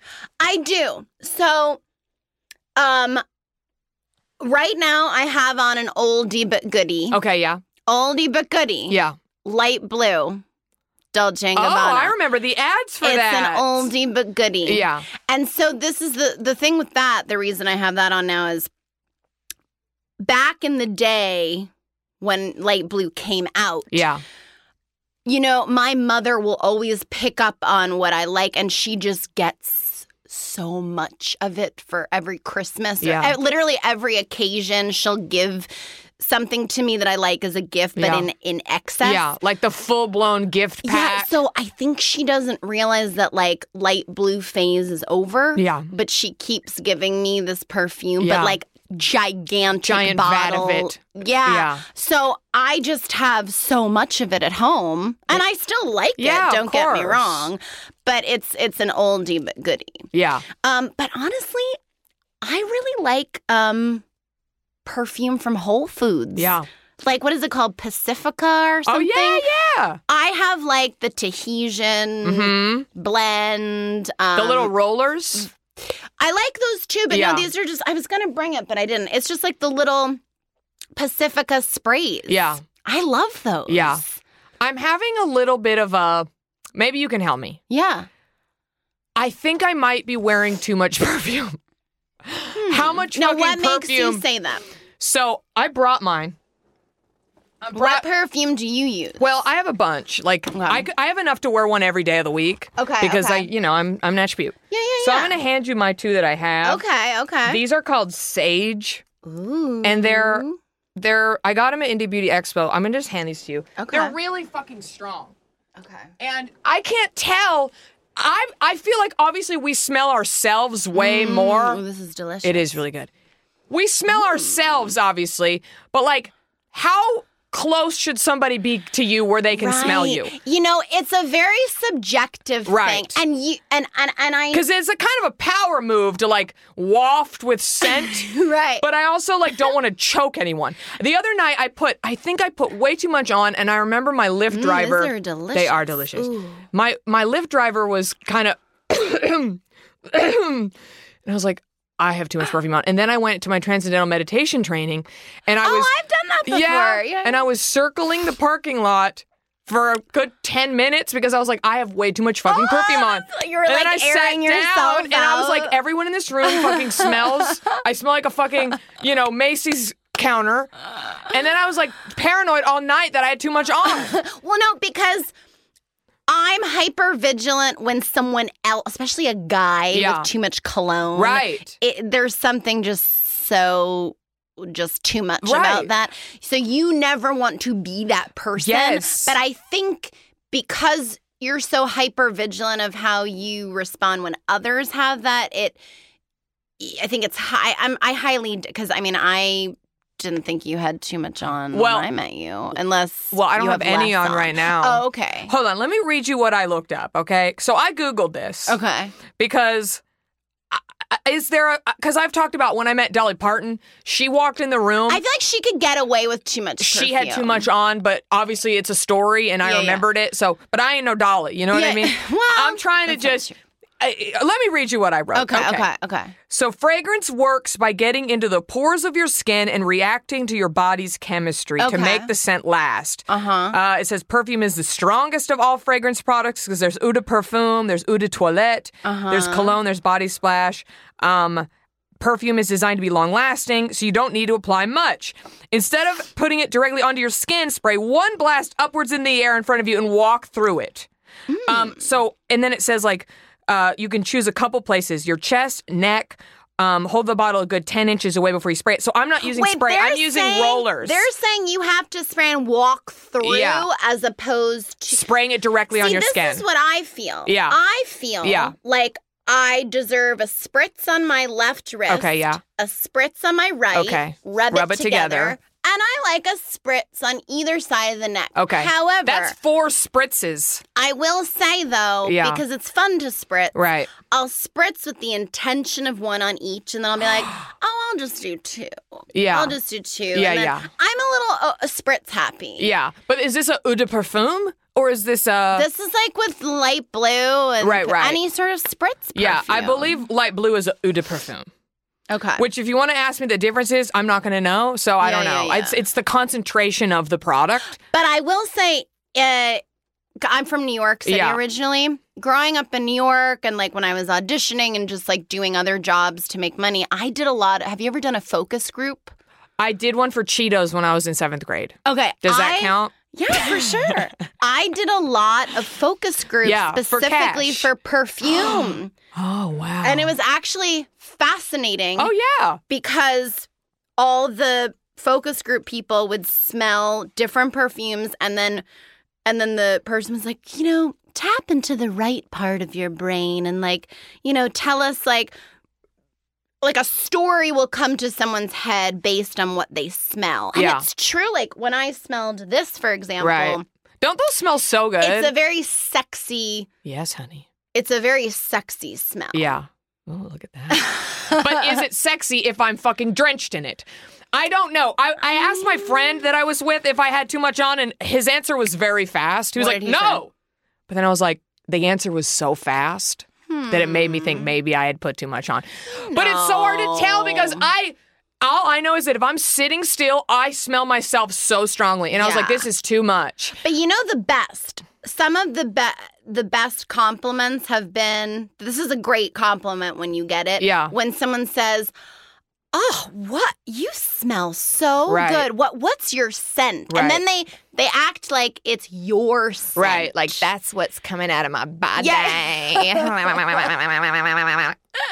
Speaker 3: I do. So, um, right now I have on an oldie but goodie.
Speaker 1: Okay, yeah.
Speaker 3: Oldie but goodie.
Speaker 1: Yeah.
Speaker 3: Light blue. Dolce and
Speaker 1: Oh,
Speaker 3: Gabbana.
Speaker 1: I remember the ads for
Speaker 3: it's
Speaker 1: that.
Speaker 3: an oldie but goodie.
Speaker 1: Yeah.
Speaker 3: And so this is the the thing with that. The reason I have that on now is back in the day when light blue came out.
Speaker 1: Yeah.
Speaker 3: You know, my mother will always pick up on what I like, and she just gets so much of it for every Christmas. or
Speaker 1: Yeah.
Speaker 3: e- literally every occasion, she'll give something to me that I like as a gift, but
Speaker 1: Yeah.
Speaker 3: in, in excess.
Speaker 1: yeah. Like the full blown gift
Speaker 3: Yeah,
Speaker 1: pack.
Speaker 3: so I think she doesn't realize that like light blue phase is over.
Speaker 1: Yeah.
Speaker 3: But she keeps giving me this perfume,
Speaker 1: Yeah.
Speaker 3: but like gigantic
Speaker 1: Giant vat of
Speaker 3: bottle.
Speaker 1: it.
Speaker 3: Yeah.
Speaker 1: Yeah.
Speaker 3: So I just have so much of it at home. And I still like
Speaker 1: Yeah,
Speaker 3: it,
Speaker 1: of
Speaker 3: don't get me
Speaker 1: course.
Speaker 3: wrong. But it's it's an oldie but goodie.
Speaker 1: yeah.
Speaker 3: Um, but honestly, I really like um perfume from Whole Foods.
Speaker 1: Yeah.
Speaker 3: Like what is it called? Pacifica or
Speaker 1: Oh,
Speaker 3: something?
Speaker 1: yeah, yeah.
Speaker 3: I have like the Tahitian
Speaker 1: hmm
Speaker 3: blend. Um,
Speaker 1: The little rollers.
Speaker 3: I like those too, but
Speaker 1: Yeah.
Speaker 3: no, these are just. I was gonna bring it, but I didn't. It's just like the little Pacifica sprays.
Speaker 1: Yeah.
Speaker 3: I love those.
Speaker 1: Yeah. I'm having a little bit of a. Maybe you can help me.
Speaker 3: yeah.
Speaker 1: I think I might be wearing too much perfume. How much
Speaker 3: Hmm. Now,
Speaker 1: fucking
Speaker 3: what makes
Speaker 1: perfume?
Speaker 3: you say that?
Speaker 1: so I brought mine. I
Speaker 3: What
Speaker 1: brought-
Speaker 3: perfume do you use?
Speaker 1: well, I have a bunch. Like I, c- I have enough to wear one every day of the week.
Speaker 3: Okay,
Speaker 1: Because
Speaker 3: okay.
Speaker 1: I, you know, I'm I'm an attribute.
Speaker 3: yeah, yeah,
Speaker 1: So
Speaker 3: yeah.
Speaker 1: I'm gonna hand you my two that I have.
Speaker 3: Okay, okay.
Speaker 1: These are called Sage,
Speaker 3: Ooh.
Speaker 1: and they're they're I got them at Indie Beauty Expo. I'm gonna just hand these to you.
Speaker 3: Okay.
Speaker 1: They're really fucking strong.
Speaker 3: okay.
Speaker 1: and I can't tell. I I feel like obviously we smell ourselves way more.
Speaker 3: Oh, this is delicious.
Speaker 1: It is really good. We smell ourselves obviously, but like how close should somebody be to you where they can smell you?
Speaker 3: You know, it's a very subjective
Speaker 1: Right.
Speaker 3: thing, and you and and and I
Speaker 1: Because it's a kind of a power move to like waft with scent.
Speaker 3: right.
Speaker 1: But I also like don't want to choke anyone. The other night I put I think I put way too much on and I remember my Lyft driver
Speaker 3: Mm, are
Speaker 1: They are
Speaker 3: delicious.
Speaker 1: delicious. My my Lyft driver was kind of and I was like I have too much perfume on. And then I went to my transcendental meditation training and I
Speaker 3: oh,
Speaker 1: was
Speaker 3: I've done that before.
Speaker 1: yeah,
Speaker 3: yeah.
Speaker 1: and I was circling the parking lot for a good 10 minutes because I was like I have way too much fucking perfume on.
Speaker 3: you were,
Speaker 1: and then
Speaker 3: Oh, like,
Speaker 1: I sat
Speaker 3: airing yourself
Speaker 1: down and I was like
Speaker 3: out.
Speaker 1: everyone in this room fucking smells. I smell like a fucking, you know, Macy's counter. And then I was like paranoid all night that I had too much on.
Speaker 3: Well, no, because I'm hyper vigilant when someone else, especially a guy
Speaker 1: Yeah.
Speaker 3: with too much cologne.
Speaker 1: right.
Speaker 3: It, there's something just so just too much
Speaker 1: Right.
Speaker 3: about that. So you never want to be that person.
Speaker 1: Yes.
Speaker 3: But I think because you're so hyper vigilant of how you respond when others have that, it I think it's high. I'm I highly because I mean I didn't think you had too much on
Speaker 1: Well-
Speaker 3: when I met you, unless
Speaker 1: Well, I don't
Speaker 3: you
Speaker 1: have any
Speaker 3: less
Speaker 1: on right now.
Speaker 3: Oh, okay,
Speaker 1: Hold on, let me read you what I looked up, okay? So I Googled this.
Speaker 3: okay,
Speaker 1: because I- I- is there a because I've talked about when I met Dolly Parton, she walked in the room.
Speaker 3: I feel like she could get away with too much.
Speaker 1: she had too
Speaker 3: perfume.
Speaker 1: much on, but obviously it's a story, and
Speaker 3: Yeah,
Speaker 1: I
Speaker 3: yeah.
Speaker 1: remembered it. So, but I ain't no Dolly, you know what I
Speaker 3: Yeah,
Speaker 1: mean?
Speaker 3: well,
Speaker 1: I'm trying to
Speaker 3: that's not
Speaker 1: just.
Speaker 3: true.
Speaker 1: I, I- let me read you what I wrote.
Speaker 3: Okay, okay, okay.
Speaker 1: So, fragrance works by getting into the pores of your skin and reacting to your body's chemistry
Speaker 3: Okay.
Speaker 1: to make the scent last.
Speaker 3: Uh huh.
Speaker 1: Uh, it says perfume is the strongest of all fragrance products because there's eau de parfum, there's eau de toilette,
Speaker 3: Uh-huh.
Speaker 1: there's cologne, there's body splash. Um, perfume is designed to be long lasting, so you don't need to apply much. Instead of putting it directly onto your skin, spray one blast upwards in the air in front of you and walk through it.
Speaker 3: Hmm.
Speaker 1: Um, so, and then it says like uh, you can choose a couple places your chest, neck. Um, hold the bottle a good 10 inches away before you spray it. So I'm not using
Speaker 3: Wait,
Speaker 1: spray,
Speaker 3: they're
Speaker 1: I'm using
Speaker 3: saying-
Speaker 1: rollers.
Speaker 3: They're saying you have to spray and walk through
Speaker 1: Yeah.
Speaker 3: as opposed to
Speaker 1: spraying it directly on
Speaker 3: See,
Speaker 1: your
Speaker 3: this
Speaker 1: skin.
Speaker 3: is what I feel.
Speaker 1: Yeah.
Speaker 3: I feel
Speaker 1: Yeah.
Speaker 3: like I deserve a spritz on my left wrist.
Speaker 1: Okay, yeah.
Speaker 3: A spritz on my right.
Speaker 1: Okay.
Speaker 3: Rub,
Speaker 1: Rub
Speaker 3: it,
Speaker 1: it
Speaker 3: together.
Speaker 1: together.
Speaker 3: And I like a spritz on either side of the neck.
Speaker 1: Okay.
Speaker 3: However,
Speaker 1: that's four spritzes.
Speaker 3: I will say though,
Speaker 1: Yeah.
Speaker 3: because it's fun to spritz,
Speaker 1: Right.
Speaker 3: I'll spritz with the intention of one on each, and then I'll be like, oh, I'll just do two.
Speaker 1: Yeah.
Speaker 3: I'll just do two.
Speaker 1: Yeah,
Speaker 3: and then
Speaker 1: yeah.
Speaker 3: I'm a little uh, spritz happy.
Speaker 1: Yeah. But is this a eau de parfum or is this uh, a.
Speaker 3: This is like with light blue and
Speaker 1: Right, right.
Speaker 3: any sort of spritz.
Speaker 1: yeah, I
Speaker 3: perfume.
Speaker 1: believe light blue is a eau de parfum.
Speaker 3: Okay.
Speaker 1: Which, if you want to ask me the difference is, I'm not going to know. So I
Speaker 3: Yeah,
Speaker 1: don't
Speaker 3: yeah,
Speaker 1: know.
Speaker 3: yeah.
Speaker 1: It's it's the concentration of the product.
Speaker 3: but I will say, uh, I'm from New York City
Speaker 1: Yeah.
Speaker 3: originally. Growing up in New York and like when I was auditioning and just like doing other jobs to make money, I did a lot. Have you ever done a focus group?
Speaker 1: I did one for Cheetos when I was in seventh grade.
Speaker 3: Okay.
Speaker 1: Does that
Speaker 3: I-
Speaker 1: count?
Speaker 3: Yeah, for sure. I did a lot of focus groups
Speaker 1: Yeah, for
Speaker 3: specifically
Speaker 1: cash.
Speaker 3: for perfume.
Speaker 1: Oh wow.
Speaker 3: and it was actually fascinating.
Speaker 1: Oh yeah.
Speaker 3: because all the focus group people would smell different perfumes and then and then the person was like, "You know, tap into the right part of your brain and like, you know, tell us like like a story will come to someone's head based on what they smell." And
Speaker 1: Yeah.
Speaker 3: it's true like when I smelled this for example,
Speaker 1: Right. Don't those smell so good?
Speaker 3: it's a very sexy
Speaker 1: yes, honey.
Speaker 3: it's a very sexy smell.
Speaker 1: Yeah. Oh, look at that. but is it sexy if I'm fucking drenched in it? I don't know. I, I asked my friend that I was with if I had too much on, and his answer was very fast. He was
Speaker 3: What
Speaker 1: like,
Speaker 3: did he
Speaker 1: no. But then I was like, the answer was so fast that it made me think maybe I had put too much on. But it's so hard to tell because
Speaker 3: Hmm. No.
Speaker 1: I. All I know is that if I'm sitting still, I smell myself so strongly. And I was like,
Speaker 3: Yeah.
Speaker 1: this is too much.
Speaker 3: But you know the best. Some of the be- the best compliments have been this is a great compliment when you get it.
Speaker 1: Yeah.
Speaker 3: When someone says, "Oh, what? You smell so
Speaker 1: Right.
Speaker 3: good. What what's your scent?"
Speaker 1: Right.
Speaker 3: And then they they act like it's your scent.
Speaker 1: that's what's coming out of my body.
Speaker 3: Yeah.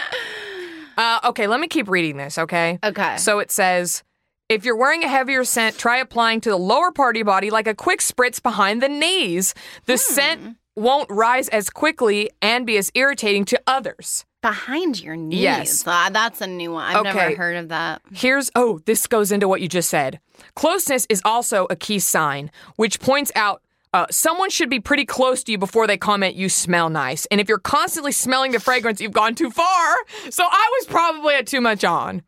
Speaker 1: Uh, okay, let me keep reading this, okay?
Speaker 3: okay.
Speaker 1: So it says if you're wearing a heavier scent, try applying to the lower part of your body like a quick spritz behind the knees. The
Speaker 3: Hmm.
Speaker 1: scent won't rise as quickly and be as irritating to others.
Speaker 3: behind your knees.
Speaker 1: Yes.
Speaker 3: Ah, that's a new one. I've never
Speaker 1: Okay.
Speaker 3: heard of that.
Speaker 1: Here's oh, this goes into what you just said. Closeness is also a key sign, which points out uh, someone should be pretty close to you before they comment you smell nice. And if you're constantly smelling the fragrance, you've gone too far. So I was probably at too much on.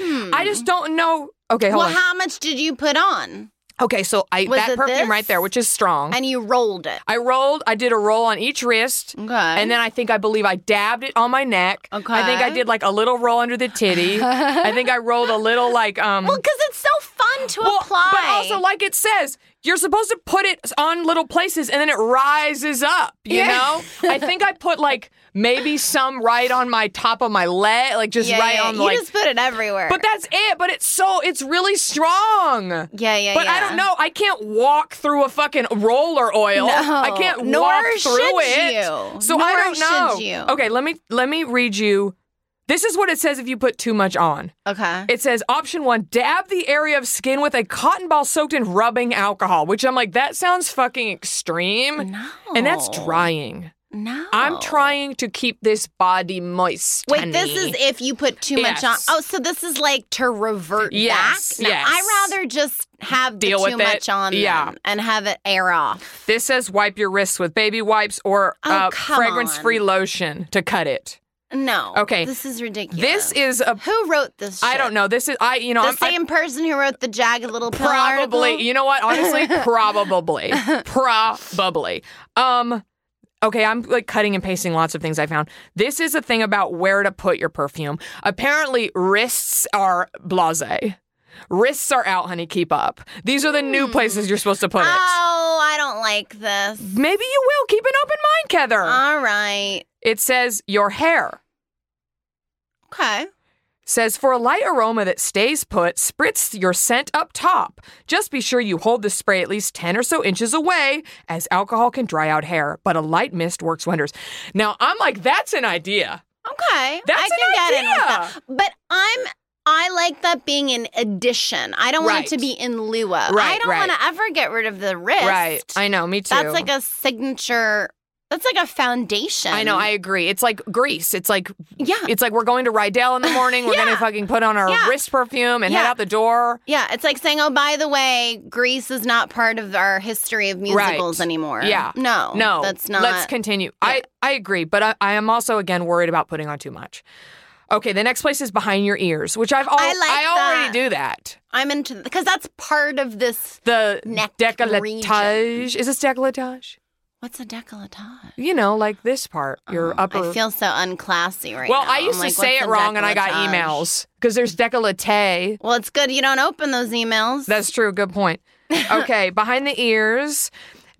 Speaker 1: I just don't know. Okay, hold
Speaker 3: Hmm. well,
Speaker 1: on.
Speaker 3: how much did you put on?
Speaker 1: Okay, so I
Speaker 3: Was
Speaker 1: that
Speaker 3: it
Speaker 1: perfume
Speaker 3: this?
Speaker 1: right there, which is strong.
Speaker 3: And you rolled it.
Speaker 1: I rolled. I did a roll on each wrist,
Speaker 3: Okay.
Speaker 1: and then I think I believe I dabbed it on my neck. I think I
Speaker 3: Okay.
Speaker 1: did like a little roll under the titty. I think I rolled a little like um.
Speaker 3: well, because it's so fun to
Speaker 1: well,
Speaker 3: apply.
Speaker 1: but also like it says, you're supposed to put it on little places, and then it rises up. You know, I think I put like maybe some right on my top of my leg, like just
Speaker 3: Yeah,
Speaker 1: right
Speaker 3: yeah,
Speaker 1: on
Speaker 3: you
Speaker 1: like.
Speaker 3: just put it everywhere.
Speaker 1: but that's it. But it's so it's really strong.
Speaker 3: yeah, yeah,
Speaker 1: But
Speaker 3: yeah.
Speaker 1: I don't know. I can't walk through a fucking roller oil.
Speaker 3: No,
Speaker 1: I can't
Speaker 3: nor
Speaker 1: walk through
Speaker 3: should
Speaker 1: it.
Speaker 3: you.
Speaker 1: So
Speaker 3: Nor
Speaker 1: I don't know.
Speaker 3: should you.
Speaker 1: Okay, let me let me read you. This is what it says if you put too much on.
Speaker 3: Okay.
Speaker 1: It says option one: dab the area of skin with a cotton ball soaked in rubbing alcohol. Which I'm like, that sounds fucking extreme,
Speaker 3: no.
Speaker 1: and that's drying.
Speaker 3: No.
Speaker 1: I'm trying to keep this body moist.
Speaker 3: Wait,
Speaker 1: honey.
Speaker 3: this is if you put too much on.
Speaker 1: Yes.
Speaker 3: Oh, so this is like to revert
Speaker 1: Yes,
Speaker 3: back. No,
Speaker 1: yes.
Speaker 3: I rather just have
Speaker 1: Deal
Speaker 3: the
Speaker 1: with
Speaker 3: too
Speaker 1: it.
Speaker 3: much on
Speaker 1: Yeah.
Speaker 3: them and have it air off.
Speaker 1: This says wipe your wrists with baby wipes or
Speaker 3: Oh,
Speaker 1: uh,
Speaker 3: come
Speaker 1: fragrance-free
Speaker 3: on.
Speaker 1: lotion to cut it.
Speaker 3: No.
Speaker 1: Okay.
Speaker 3: This is ridiculous.
Speaker 1: This is a
Speaker 3: who wrote this? Shit?
Speaker 1: I don't know. This is I you know
Speaker 3: The
Speaker 1: I'm, I-
Speaker 3: same person who wrote the jagged little pill
Speaker 1: probably
Speaker 3: article?
Speaker 1: you know what honestly probably probably um okay i'm like cutting and pasting lots of things i found this is a thing about where to put your perfume apparently wrists are blasé wrists are out honey keep up these are the new places you're supposed to put it
Speaker 3: Hmm. Oh, I don't like this.
Speaker 1: maybe you will keep an open mind heather
Speaker 3: All right.
Speaker 1: it says your hair
Speaker 3: Okay.
Speaker 1: says for a light aroma that stays put, spritz your scent up top. Just be sure you hold the spray at least 10 or so inches away, as alcohol can dry out hair, but a light mist works wonders. Now, I'm like, that's an idea.
Speaker 3: Okay.
Speaker 1: That's
Speaker 3: I
Speaker 1: an
Speaker 3: can get in with that.
Speaker 1: idea.
Speaker 3: But I'm I like that being an addition. I don't want it to
Speaker 1: Right.
Speaker 3: be in lieu of. I
Speaker 1: Right,
Speaker 3: don't
Speaker 1: right.
Speaker 3: want to ever get rid of the wrist.
Speaker 1: I know, me too.
Speaker 3: That's like a signature that's like a foundation.
Speaker 1: I know, I agree. It's like grease. It's like
Speaker 3: Yeah.
Speaker 1: it's like we're going to Rydell in the morning. We're
Speaker 3: Yeah.
Speaker 1: gonna fucking put on our
Speaker 3: Yeah.
Speaker 1: wrist perfume and head
Speaker 3: Yeah.
Speaker 1: out the door.
Speaker 3: yeah, it's like saying, "Oh, by the way, Greece is not part of our history of musicals
Speaker 1: Right.
Speaker 3: anymore."
Speaker 1: Yeah.
Speaker 3: no,
Speaker 1: No.
Speaker 3: that's not.
Speaker 1: Let's continue. I, I agree, but I, I am also, again, worried about putting on too much. Okay, the next place is behind your ears, which I've al-
Speaker 3: I like
Speaker 1: I
Speaker 3: that.
Speaker 1: already do that.
Speaker 3: I'm into because that's part of this.
Speaker 1: The
Speaker 3: Neck
Speaker 1: décolletage. Is this décolletage?
Speaker 3: What's a décolletage?
Speaker 1: You know, like this part, your upper.
Speaker 3: Oh, I feel so unclassy right
Speaker 1: well,
Speaker 3: now.
Speaker 1: I
Speaker 3: I'm
Speaker 1: used
Speaker 3: like,
Speaker 1: to say
Speaker 3: what's
Speaker 1: it
Speaker 3: a
Speaker 1: wrong and I got
Speaker 3: décolletage?
Speaker 1: emails because there's décolleté.
Speaker 3: Well, it's good you don't open those emails.
Speaker 1: That's true. Good point. Okay, behind the ears.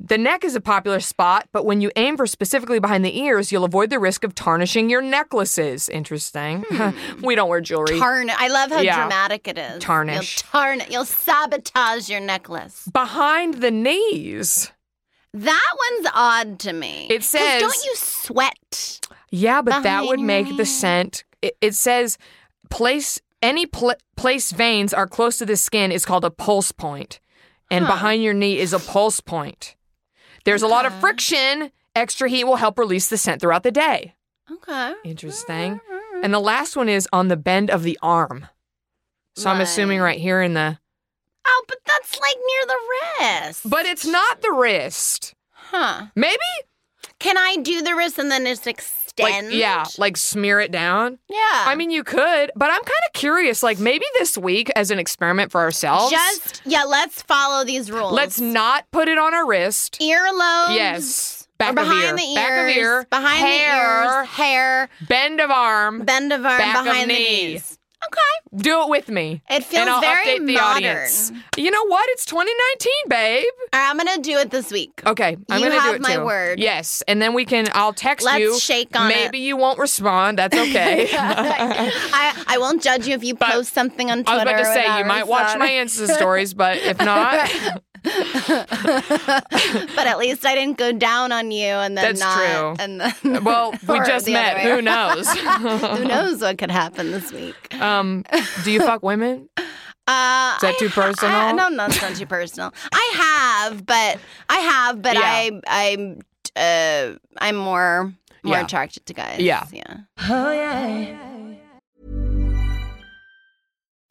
Speaker 1: The neck is a popular spot, but when you aim for specifically behind the ears, you'll avoid the risk of tarnishing your necklaces. Interesting. we don't wear jewelry.
Speaker 3: tarn. I love how
Speaker 1: Yeah.
Speaker 3: dramatic it is.
Speaker 1: Tarnish.
Speaker 3: You'll tarn. You'll sabotage your necklace.
Speaker 1: behind the knees.
Speaker 3: That one's odd to me.
Speaker 1: It
Speaker 3: 'Cause
Speaker 1: says-
Speaker 3: "Don't you sweat?"
Speaker 1: Yeah, but that
Speaker 3: Behind
Speaker 1: would
Speaker 3: your
Speaker 1: make the
Speaker 3: knee.
Speaker 1: scent. It, it says place any pl- place veins are close to the skin is called a pulse point, and behind your knee is a pulse point. There's a lot of friction. Extra heat will help release the scent throughout the day.
Speaker 3: Okay.
Speaker 1: Interesting. And the last one is on the bend of the arm. So I'm assuming right here in the.
Speaker 3: Oh, but that's like near the wrist.
Speaker 1: But it's not the wrist.
Speaker 3: huh?
Speaker 1: Maybe?
Speaker 3: Can I do the wrist and then just extend?
Speaker 1: Like, yeah, like smear it down.
Speaker 3: Yeah.
Speaker 1: I mean, you could, but I'm kind of curious. Like, maybe this week, as an experiment for ourselves,
Speaker 3: just yeah. Let's follow these rules.
Speaker 1: let's not put it on our wrist.
Speaker 3: earlobes.
Speaker 1: Yes.
Speaker 3: Or
Speaker 1: Back of
Speaker 3: behind
Speaker 1: ear.
Speaker 3: the ears.
Speaker 1: Back of ear.
Speaker 3: Behind the
Speaker 1: Hair.
Speaker 3: ears. Hair.
Speaker 1: Bend of arm.
Speaker 3: Bend of arm.
Speaker 1: Back of
Speaker 3: behind the
Speaker 1: knee.
Speaker 3: knees. Okay.
Speaker 1: Do it with me.
Speaker 3: It feels
Speaker 1: and I'll
Speaker 3: very
Speaker 1: update the
Speaker 3: modern.
Speaker 1: audience. You know what? It's 2019, babe.
Speaker 3: I'm gonna do it this week.
Speaker 1: Okay, I'm
Speaker 3: You
Speaker 1: gonna
Speaker 3: have
Speaker 1: do it
Speaker 3: my
Speaker 1: too.
Speaker 3: word.
Speaker 1: Yes, and then we can. I'll text
Speaker 3: Let's
Speaker 1: you.
Speaker 3: shake on it.
Speaker 1: Maybe you won't respond. That's okay.
Speaker 3: I, I won't judge you if you post something on
Speaker 1: I was
Speaker 3: Twitter.
Speaker 1: about to say
Speaker 3: without
Speaker 1: you might watch my
Speaker 3: response,
Speaker 1: Insta stories, but if not,
Speaker 3: but at least I didn't go down on you and then
Speaker 1: That's
Speaker 3: not.
Speaker 1: true.
Speaker 3: And then
Speaker 1: well, we
Speaker 3: or
Speaker 1: just
Speaker 3: the other
Speaker 1: met.
Speaker 3: way
Speaker 1: Who knows?
Speaker 3: around. Who knows what could happen this week? Uh,
Speaker 1: um, do you fuck women?
Speaker 3: Is
Speaker 1: that too personal?
Speaker 3: Uh, I, no, no, it's not too personal. I have, but I have, but
Speaker 1: Yeah.
Speaker 3: I I'm uh, I'm more more
Speaker 1: Yeah.
Speaker 3: attracted to guys.
Speaker 1: Yeah.
Speaker 3: yeah.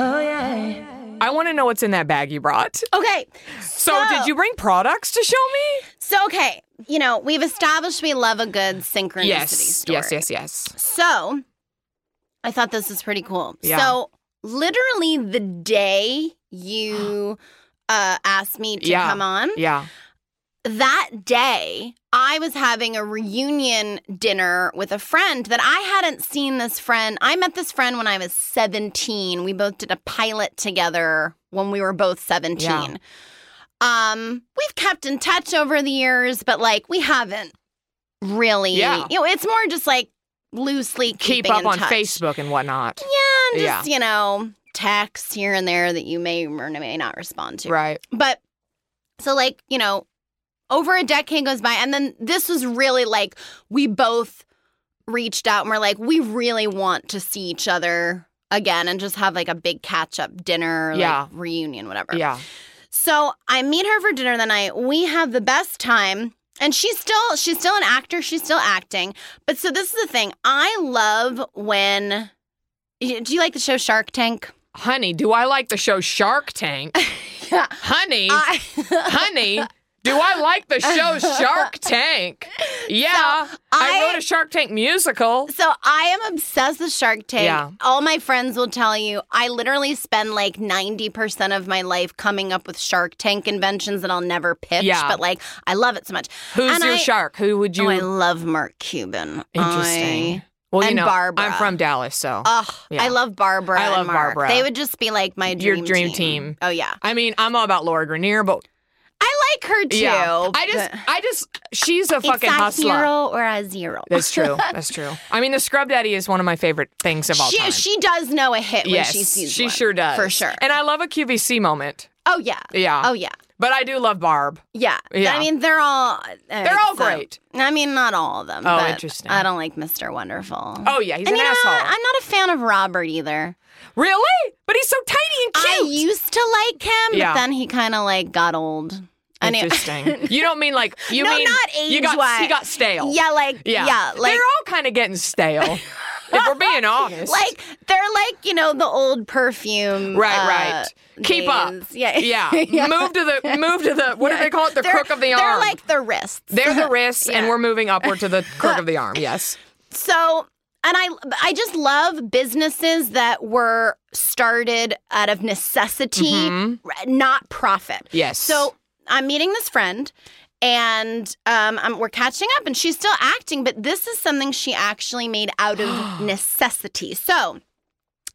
Speaker 1: I want to know what's in that bag you brought.
Speaker 3: Okay.
Speaker 1: So, did you bring products to show me?
Speaker 3: So okay, you know we've established we love a good synchronicity
Speaker 1: Yes,
Speaker 3: story.
Speaker 1: yes, yes, yes.
Speaker 3: So I thought this was pretty cool.
Speaker 1: Yeah.
Speaker 3: So literally the day you uh, asked me to
Speaker 1: Yeah.
Speaker 3: come on,
Speaker 1: Yeah,
Speaker 3: that day, I was having a reunion dinner with a friend that I hadn't seen this friend. I met this friend when I was 17. We both did a pilot together when we were both 17.
Speaker 1: Yeah.
Speaker 3: Um, we've kept in touch over the years, but like we haven't really.
Speaker 1: Yeah.
Speaker 3: You know, it's more just like loosely
Speaker 1: Keep
Speaker 3: keeping
Speaker 1: up
Speaker 3: in
Speaker 1: on
Speaker 3: touch.
Speaker 1: Facebook and whatnot.
Speaker 3: Yeah, and
Speaker 1: Yeah.
Speaker 3: just, you know, texts here and there that you may or may not respond to.
Speaker 1: Right.
Speaker 3: But so, like, you know, over a decade goes by. And then this was really like we both reached out and we're like, we really want to see each other again and just have like a big catch up dinner, like,
Speaker 1: Yeah.
Speaker 3: reunion, whatever.
Speaker 1: Yeah.
Speaker 3: So I meet her for dinner that night. We have the best time. And she's still she's still an actor, she's still acting. But so this is the thing. I love when y- do you like the show Shark Tank?
Speaker 1: Honey, do I like the show Shark Tank?
Speaker 3: Yeah.
Speaker 1: Honey,
Speaker 3: I
Speaker 1: honey, do I like the show Shark Tank? Yeah. I,
Speaker 3: I-
Speaker 1: wrote a Shark Tank musical.
Speaker 3: So I am obsessed with Shark Tank.
Speaker 1: Yeah.
Speaker 3: All my friends will tell you I literally spend like 90% of my life coming up with Shark Tank inventions that I'll never pitch,
Speaker 1: Yeah.
Speaker 3: but like I love it so much.
Speaker 1: Who's
Speaker 3: And
Speaker 1: your
Speaker 3: I-
Speaker 1: shark? Who would you
Speaker 3: oh, I love Mark Cuban.
Speaker 1: Interesting.
Speaker 3: I-
Speaker 1: well, you
Speaker 3: and
Speaker 1: know,
Speaker 3: Barbara.
Speaker 1: I'm from Dallas, so
Speaker 3: Ugh,
Speaker 1: Yeah.
Speaker 3: I love Barbara.
Speaker 1: I
Speaker 3: and
Speaker 1: love
Speaker 3: Mark.
Speaker 1: Barbara.
Speaker 3: They would just be like my
Speaker 1: Your
Speaker 3: dream
Speaker 1: dream
Speaker 3: team.
Speaker 1: team.
Speaker 3: Oh yeah,
Speaker 1: I mean, I'm all about Laura Grenier, but
Speaker 3: I like her too.
Speaker 1: yeah, I just,
Speaker 3: but
Speaker 1: I just, she's a
Speaker 3: it's
Speaker 1: fucking
Speaker 3: a
Speaker 1: hustler.
Speaker 3: hero or a zero.
Speaker 1: That's true. That's true. I mean, the Scrub Daddy is one of my favorite things of all
Speaker 3: She
Speaker 1: time.
Speaker 3: she does know a hit
Speaker 1: yes,
Speaker 3: when she sees
Speaker 1: she
Speaker 3: one,
Speaker 1: sure does
Speaker 3: for sure.
Speaker 1: And I love a QVC moment.
Speaker 3: oh yeah,
Speaker 1: Yeah.
Speaker 3: oh yeah.
Speaker 1: But I do love Barb.
Speaker 3: Yeah.
Speaker 1: Yeah.
Speaker 3: I mean, they're all uh,
Speaker 1: They're all great.
Speaker 3: I mean, not all of them.
Speaker 1: Oh,
Speaker 3: but
Speaker 1: interesting.
Speaker 3: I don't like Mr. Wonderful.
Speaker 1: Oh yeah, he's
Speaker 3: and
Speaker 1: an
Speaker 3: you know,
Speaker 1: asshole.
Speaker 3: I'm not a fan of Robert either.
Speaker 1: really? But he's so tiny and
Speaker 3: I
Speaker 1: cute.
Speaker 3: used to like him,
Speaker 1: Yeah.
Speaker 3: but then he kind of like got old. I knew-
Speaker 1: Interesting. you don't mean like you
Speaker 3: No,
Speaker 1: mean
Speaker 3: not
Speaker 1: you got
Speaker 3: age-wise.
Speaker 1: he got stale.
Speaker 3: yeah, like
Speaker 1: Yeah.
Speaker 3: yeah, like
Speaker 1: they're all kind of getting stale. if we're being honest.
Speaker 3: like they're like you know the old perfume.
Speaker 1: Right,
Speaker 3: uh,
Speaker 1: right. Keep up.
Speaker 3: days. Yeah,
Speaker 1: yeah. Move to the move to the what do they call it? The
Speaker 3: They're-
Speaker 1: crook of the
Speaker 3: They're
Speaker 1: arm.
Speaker 3: like the wrists.
Speaker 1: They're the wrists, and
Speaker 3: Yeah.
Speaker 1: we're moving upward to the crook of the arm. Yes.
Speaker 3: So, and I I just love businesses that were started out of necessity, r- not profit.
Speaker 1: Yes.
Speaker 3: So I'm meeting this friend, and um, I'm, we're catching up, and she's still acting, but this is something she actually made out of necessity. So.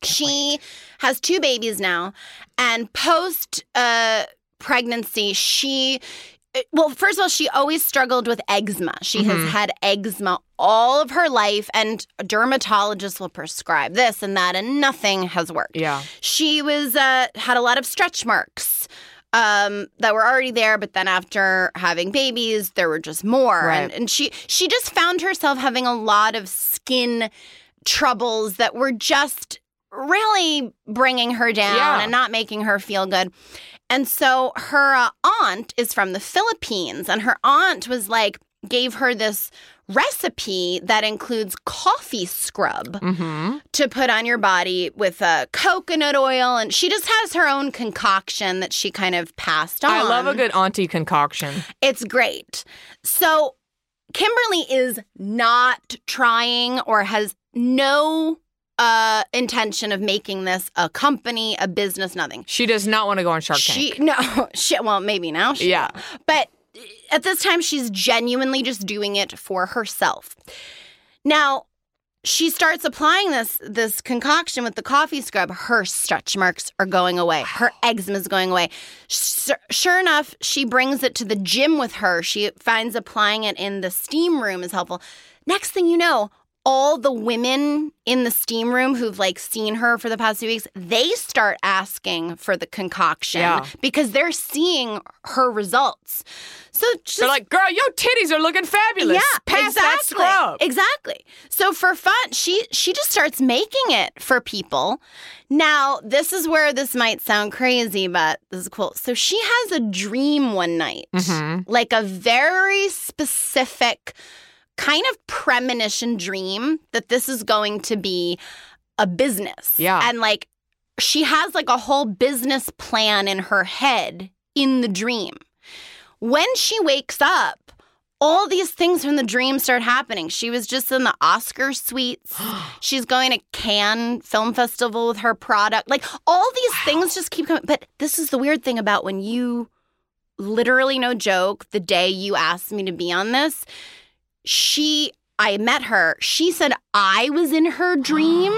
Speaker 3: She has two babies now, and post uh, pregnancy, she uh, well, first of all, she always struggled with eczema. She has had eczema all of her life, and dermatologists will prescribe this and that, and nothing has worked.
Speaker 1: Yeah.
Speaker 3: She was uh, had a lot of stretch marks um, that were already there, but then after having babies, there were just more, and,
Speaker 1: Right.
Speaker 3: and she she just found herself having a lot of skin troubles that were just really bringing her down
Speaker 1: Yeah.
Speaker 3: and not making her feel good. And so her uh, aunt is from the Philippines, and her aunt was like, gave her this recipe that includes coffee scrub
Speaker 1: Mm-hmm.
Speaker 3: to put on your body with uh, coconut oil. And she just has her own concoction that she kind of passed on.
Speaker 1: I love a good auntie concoction.
Speaker 3: It's great. So Kimberly is not trying or has no uh intention of making this a company, a business, nothing.
Speaker 1: She does not want to go on Shark Tank.
Speaker 3: She no, she well maybe now she
Speaker 1: Yeah.
Speaker 3: will. But uh, at this time she's genuinely just doing it for herself. Now, she starts applying this this concoction with the coffee scrub. Her stretch marks are going away. Her eczema is going away. Sur- sure enough, she brings it to the gym with her. She finds applying it in the steam room is helpful. Next thing you know, all the women in the steam room who've like seen her for the past few weeks, they start asking for the concoction
Speaker 1: Yeah.
Speaker 3: because they're seeing her results. So just
Speaker 1: They're like, girl, your titties are looking fabulous. Pass that scrub.
Speaker 3: Exactly. So for fun, she she just starts making it for people. Now, this is where this might sound crazy, but this is cool. So she has a dream one night,
Speaker 1: Mm-hmm.
Speaker 3: like a very specific kind of premonition dream that this is going to be a business.
Speaker 1: Yeah.
Speaker 3: And like she has like a whole business plan in her head in the dream. When she wakes up, all these things from the dream start happening. She was just in the Oscar suites. She's going to Cannes Film Festival with her product. Like all these things just keep coming. But this is the weird thing about when you literally no joke, the day you asked me to be on this, she, I met her. She said I was in her dream,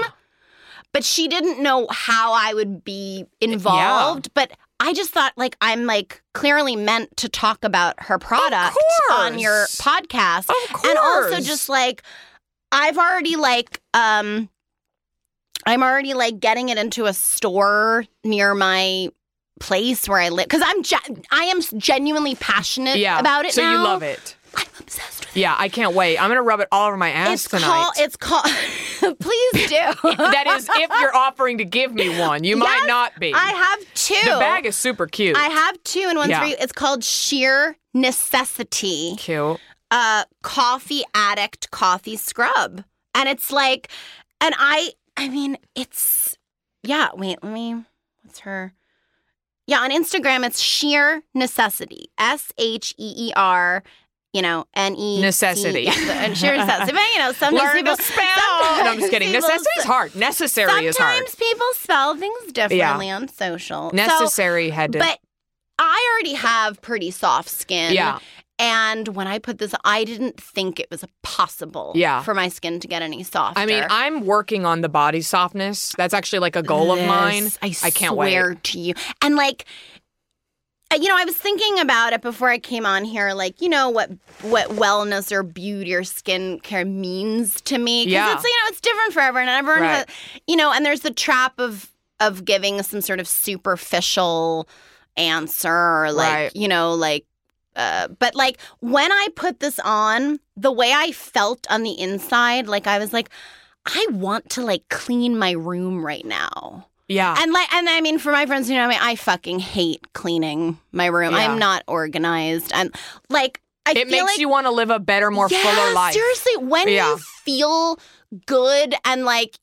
Speaker 3: but she didn't know how I would be involved. But I just thought, like, I'm like clearly meant to talk about her product on your
Speaker 1: course.
Speaker 3: podcast.
Speaker 1: Of
Speaker 3: And also
Speaker 1: course.
Speaker 3: just like I've already like um I'm already like getting it into a store near my place where I live cuz I'm ge- I am genuinely passionate
Speaker 1: yeah.
Speaker 3: about it
Speaker 1: So you
Speaker 3: now.
Speaker 1: love it.
Speaker 3: I'm obsessed with it.
Speaker 1: Yeah, I can't wait. I'm gonna rub it all over my ass
Speaker 3: It's
Speaker 1: tonight.
Speaker 3: called it's called Please do.
Speaker 1: that is, if you're offering to give me one, you might
Speaker 3: Yes,
Speaker 1: not be.
Speaker 3: I have two.
Speaker 1: The bag is super cute.
Speaker 3: I have two and one's
Speaker 1: Yeah.
Speaker 3: for you. It's called Sheer Necessity.
Speaker 1: cute.
Speaker 3: uh, coffee addict coffee scrub. And it's like, and I, I mean, it's, yeah, wait, let me, what's her? Yeah, on Instagram, it's sheer necessity. S H E E R, you know, N E.
Speaker 1: Necessity.
Speaker 3: Yeah, the- and sheer necessity. But, you know, sometimes
Speaker 1: Learn
Speaker 3: people.
Speaker 1: to spell.
Speaker 3: sometimes
Speaker 1: No, I'm just kidding.
Speaker 3: people-
Speaker 1: Necessity is hard. Necessary is hard.
Speaker 3: Sometimes people spell things differently on social. So-
Speaker 1: Necessary had to.
Speaker 3: but I already have pretty soft skin.
Speaker 1: Yeah.
Speaker 3: And when I put this, I didn't think it was possible
Speaker 1: Yeah.
Speaker 3: for my skin to get any softer.
Speaker 1: I mean, I'm working on the body softness. That's actually like a goal of mine.
Speaker 3: This, I,
Speaker 1: can't
Speaker 3: swear
Speaker 1: wait.
Speaker 3: to you. And like, uh, you know, I was thinking about it before I came on here. Like, you know what what wellness or beauty or skincare means to me. 'Cause
Speaker 1: Yeah.
Speaker 3: it's you know it's different for everyone. And everyone,
Speaker 1: Right.
Speaker 3: has, you know, and there's the trap of of giving some sort of superficial answer or like
Speaker 1: Right.
Speaker 3: you know like uh, but like when I put this on, the way I felt on the inside, like I was like, I want to like clean my room right now.
Speaker 1: Yeah.
Speaker 3: And like, and I mean, for my friends who know me, I fucking hate cleaning my room.
Speaker 1: Yeah.
Speaker 3: I'm not organized. I'm like, I
Speaker 1: it
Speaker 3: feel
Speaker 1: makes
Speaker 3: like,
Speaker 1: you want to live a better, more
Speaker 3: yeah,
Speaker 1: fuller life.
Speaker 3: Seriously, when
Speaker 1: Yeah.
Speaker 3: you feel good and like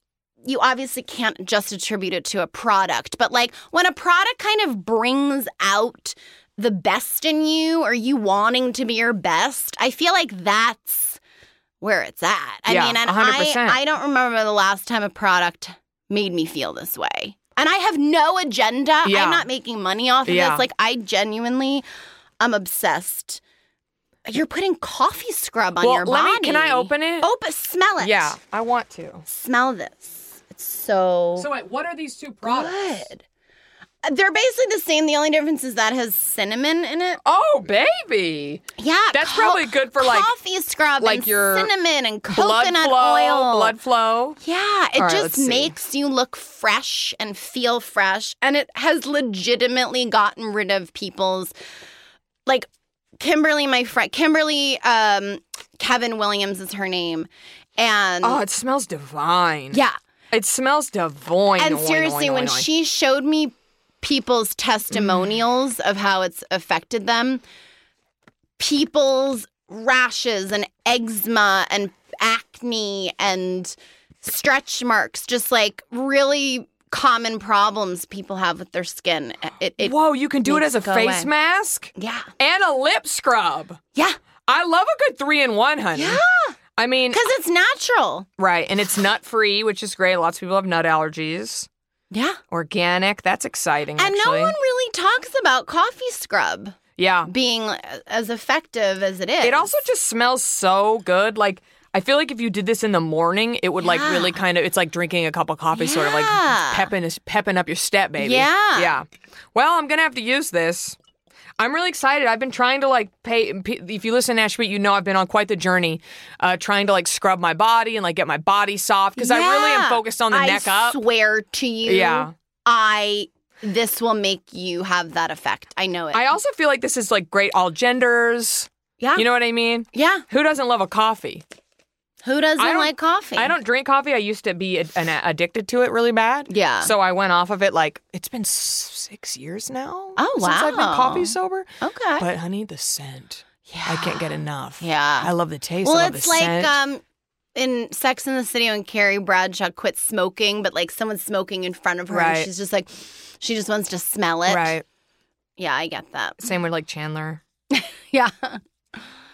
Speaker 3: you obviously can't just attribute it to a product, but like when a product kind of brings out the best in you or you wanting to be your best, I feel like that's where it's at. I
Speaker 1: Yeah,
Speaker 3: mean, and
Speaker 1: 100%.
Speaker 3: I I don't remember the last time a product made me feel this way. And I have no agenda.
Speaker 1: Yeah.
Speaker 3: I'm not making money off of
Speaker 1: Yeah.
Speaker 3: this. Like I genuinely am obsessed. You're putting coffee scrub on
Speaker 1: Well,
Speaker 3: your
Speaker 1: let
Speaker 3: body.
Speaker 1: me- can I open it?
Speaker 3: Open, smell it.
Speaker 1: Yeah, I want to.
Speaker 3: smell this. It's so,
Speaker 1: So wait, what are these two products?
Speaker 3: good. Uh, They're basically the same. The only difference is that has cinnamon in it.
Speaker 1: Oh, baby.
Speaker 3: Yeah,
Speaker 1: That's probably good for, like-
Speaker 3: coffee scrub,
Speaker 1: like
Speaker 3: and
Speaker 1: your
Speaker 3: cinnamon and
Speaker 1: Blood
Speaker 3: coconut
Speaker 1: flow,
Speaker 3: oil.
Speaker 1: blood flow.
Speaker 3: Yeah, it
Speaker 1: All right, let's
Speaker 3: just
Speaker 1: see.
Speaker 3: makes you look fresh and feel fresh. And it has legitimately gotten rid of people's like Kimberly, my friend Kimberly, um, Kevin Williams is her name. And
Speaker 1: Oh, it smells divine.
Speaker 3: yeah.
Speaker 1: It smells divine.
Speaker 3: And
Speaker 1: Oin,
Speaker 3: seriously,
Speaker 1: oin,
Speaker 3: when
Speaker 1: oin, oin.
Speaker 3: she showed me
Speaker 1: Mm.
Speaker 3: people's testimonials of how it's affected them, people's rashes and eczema and acne and stretch marks, just like really common problems people have with their skin. It, it
Speaker 1: Whoa, you can do it as
Speaker 3: needs
Speaker 1: a
Speaker 3: to go
Speaker 1: face
Speaker 3: away.
Speaker 1: mask
Speaker 3: yeah,
Speaker 1: and a lip scrub.
Speaker 3: yeah,
Speaker 1: I love a good three in one, honey. Yeah. I mean,
Speaker 3: because it's natural.
Speaker 1: right. And it's nut free, which is great. Lots of people have nut allergies.
Speaker 3: Yeah,
Speaker 1: Organic. That's exciting.
Speaker 3: and no
Speaker 1: actually.
Speaker 3: one really talks about coffee scrub
Speaker 1: Yeah.
Speaker 3: being as effective as it is.
Speaker 1: It also just smells so good. Like, I feel like if you did this in the morning, it would like
Speaker 3: Yeah.
Speaker 1: really kind of, it's like drinking a cup of coffee, sort of like
Speaker 3: Yeah.
Speaker 1: pepping, pepping up your step, baby.
Speaker 3: Yeah.
Speaker 1: Yeah. Well, I'm going to have to use this. I'm really excited. I've been trying to like pay. If you listen to Ash Beat, you know I've been on quite the journey, uh, trying to like scrub my body and like get my body soft because I really am
Speaker 3: Yeah.
Speaker 1: focused on the
Speaker 3: I
Speaker 1: neck up.
Speaker 3: swear to you.
Speaker 1: Yeah.
Speaker 3: I this will make you have that effect. I know it.
Speaker 1: I also feel like this is like great all genders.
Speaker 3: yeah.
Speaker 1: You know what I mean?
Speaker 3: yeah.
Speaker 1: Who doesn't love a coffee?
Speaker 3: Who doesn't
Speaker 1: I don't-
Speaker 3: like coffee?
Speaker 1: I don't drink coffee. I used to be ad- an addicted to it really bad.
Speaker 3: Yeah.
Speaker 1: So I went off of it like it's been s- six years now.
Speaker 3: Oh,
Speaker 1: Since I've been
Speaker 3: wow.
Speaker 1: coffee sober.
Speaker 3: Okay.
Speaker 1: But honey, the scent. Yeah. I can't get enough.
Speaker 3: Yeah.
Speaker 1: I love the taste. I
Speaker 3: well,
Speaker 1: love
Speaker 3: it's
Speaker 1: the
Speaker 3: like
Speaker 1: scent.
Speaker 3: um in Sex in the City when Carrie Bradshaw quit smoking, but like someone's smoking in front of her
Speaker 1: Right.
Speaker 3: and she's just like she just wants to smell it.
Speaker 1: right.
Speaker 3: Yeah, I get that.
Speaker 1: Same with like Chandler
Speaker 3: Yeah.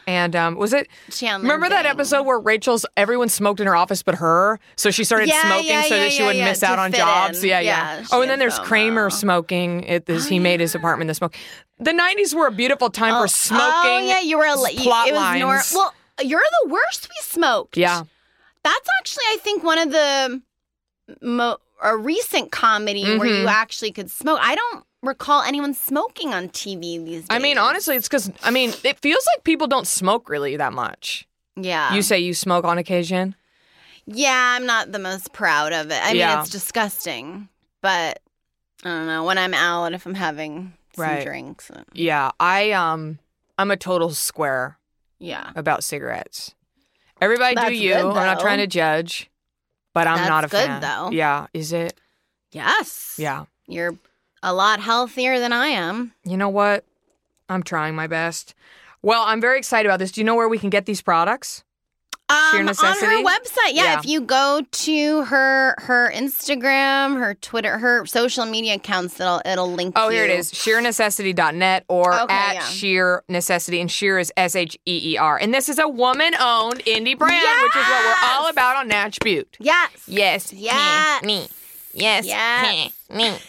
Speaker 1: And um, was it?
Speaker 3: Channeling
Speaker 1: remember that
Speaker 3: Bing.
Speaker 1: episode where Rachel's everyone smoked in her office but her, so she started
Speaker 3: Yeah,
Speaker 1: smoking
Speaker 3: yeah,
Speaker 1: so
Speaker 3: yeah,
Speaker 1: that she
Speaker 3: yeah,
Speaker 1: wouldn't
Speaker 3: yeah,
Speaker 1: miss
Speaker 3: to
Speaker 1: out on
Speaker 3: fit
Speaker 1: jobs.
Speaker 3: in.
Speaker 1: Yeah,
Speaker 3: Yeah,
Speaker 1: Oh,
Speaker 3: she
Speaker 1: and then
Speaker 3: had
Speaker 1: there's Kramer
Speaker 3: FOMO. Oh,
Speaker 1: smoking at this. he made his apartment the smoke. The '90s were a beautiful time for smoking.
Speaker 3: Oh yeah, you were. a li- you-
Speaker 1: plot
Speaker 3: it was nor-
Speaker 1: lines.
Speaker 3: well, you're the worst. We smoked.
Speaker 1: yeah.
Speaker 3: that's actually I think one of the mo- a recent comedy where you
Speaker 1: Mm-hmm.
Speaker 3: actually could smoke. I don't recall anyone smoking on TV these days.
Speaker 1: I mean, honestly, it's because I mean, it feels like people don't smoke really that much.
Speaker 3: yeah,
Speaker 1: You say you smoke on occasion.
Speaker 3: yeah. I'm not the most proud of it. I
Speaker 1: Yeah.
Speaker 3: mean, it's disgusting, but I don't know when I'm out if I'm having some
Speaker 1: Right.
Speaker 3: drinks. uh,
Speaker 1: Yeah, I um, I'm a total square
Speaker 3: Yeah,
Speaker 1: about cigarettes. Everybody
Speaker 3: That's
Speaker 1: do you.
Speaker 3: good,
Speaker 1: I'm not
Speaker 3: though.
Speaker 1: trying to judge, but I'm
Speaker 3: That's
Speaker 1: not a
Speaker 3: good,
Speaker 1: fan.
Speaker 3: though.
Speaker 1: Yeah, is it?
Speaker 3: yes,
Speaker 1: Yeah.
Speaker 3: You're a lot healthier than I am.
Speaker 1: You know what? I'm trying my best. Well, I'm very excited about this. Do you know where we can get these products? Sheer
Speaker 3: Um, On
Speaker 1: necessity?
Speaker 3: her website, yeah,
Speaker 1: Yeah.
Speaker 3: If you go to her her Instagram, her Twitter, her social media accounts, it'll it'll link.
Speaker 1: Oh, here it
Speaker 3: you.
Speaker 1: is sheernecessity.net or
Speaker 3: Okay,
Speaker 1: at
Speaker 3: yeah.
Speaker 1: sheer necessity. And sheer is S H E E R. And this is a woman owned indie brand, which is what we're all about on Natch Butte.
Speaker 3: Yes.
Speaker 1: Yes.
Speaker 3: Yes.
Speaker 1: Me. me. Yes.
Speaker 3: Yes.
Speaker 1: Me.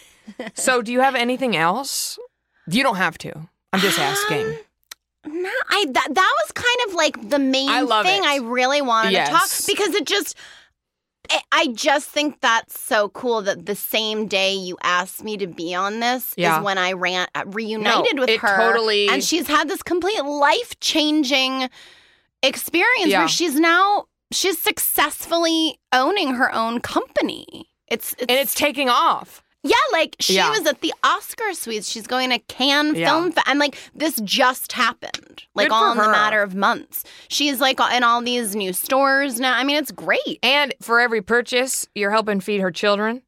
Speaker 1: so, do you have anything else? You don't have to. I'm
Speaker 3: Um,
Speaker 1: just asking.
Speaker 3: No, I that, that was kind of like the main
Speaker 1: I love
Speaker 3: thing
Speaker 1: it.
Speaker 3: I really wanted to talk
Speaker 1: Yes.
Speaker 3: because it just I- I just think that's so cool that the same day you asked me to be on this
Speaker 1: Yeah.
Speaker 3: is when I ran uh, reunited
Speaker 1: No,
Speaker 3: with
Speaker 1: it
Speaker 3: her,
Speaker 1: totally-
Speaker 3: and she's had this complete life changing experience
Speaker 1: Yeah.
Speaker 3: where she's now she's successfully owning her own company. It's, it's
Speaker 1: And it's taking off.
Speaker 3: yeah, like she
Speaker 1: Yeah.
Speaker 3: was at the Oscar Suites. She's going to Cannes
Speaker 1: Yeah.
Speaker 3: Film Fe- and like this just happened, like
Speaker 1: Good
Speaker 3: all
Speaker 1: for
Speaker 3: in
Speaker 1: her.
Speaker 3: the matter of months. She's like in all these new stores now. I mean, it's great.
Speaker 1: And for every purchase, you're helping feed her children.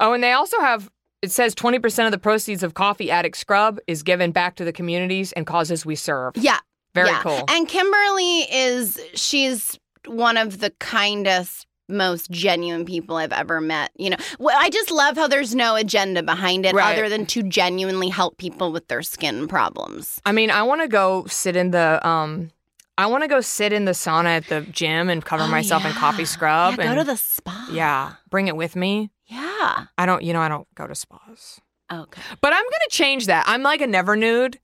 Speaker 1: Oh, and they also have it says 20% of the proceeds of Coffee Addict Scrub is given back to the communities and causes we serve.
Speaker 3: Yeah,
Speaker 1: Very
Speaker 3: yeah.
Speaker 1: cool.
Speaker 3: And Kimberly is she's one of the kindest. Most genuine people I've ever met. You know, well, I just love how there's no agenda behind it
Speaker 1: Right.
Speaker 3: other than to genuinely help people with their skin problems.
Speaker 1: I mean, I want to go sit in the um I want to go sit in the sauna at the gym and cover
Speaker 3: Oh,
Speaker 1: myself in
Speaker 3: yeah.
Speaker 1: coffee scrub
Speaker 3: Yeah,
Speaker 1: and
Speaker 3: go to the spa.
Speaker 1: yeah, bring it with me.
Speaker 3: Yeah. Oh,
Speaker 1: I don't, you know, I don't go to spas.
Speaker 3: Okay.
Speaker 1: But I'm going to change that. I'm like a never nude.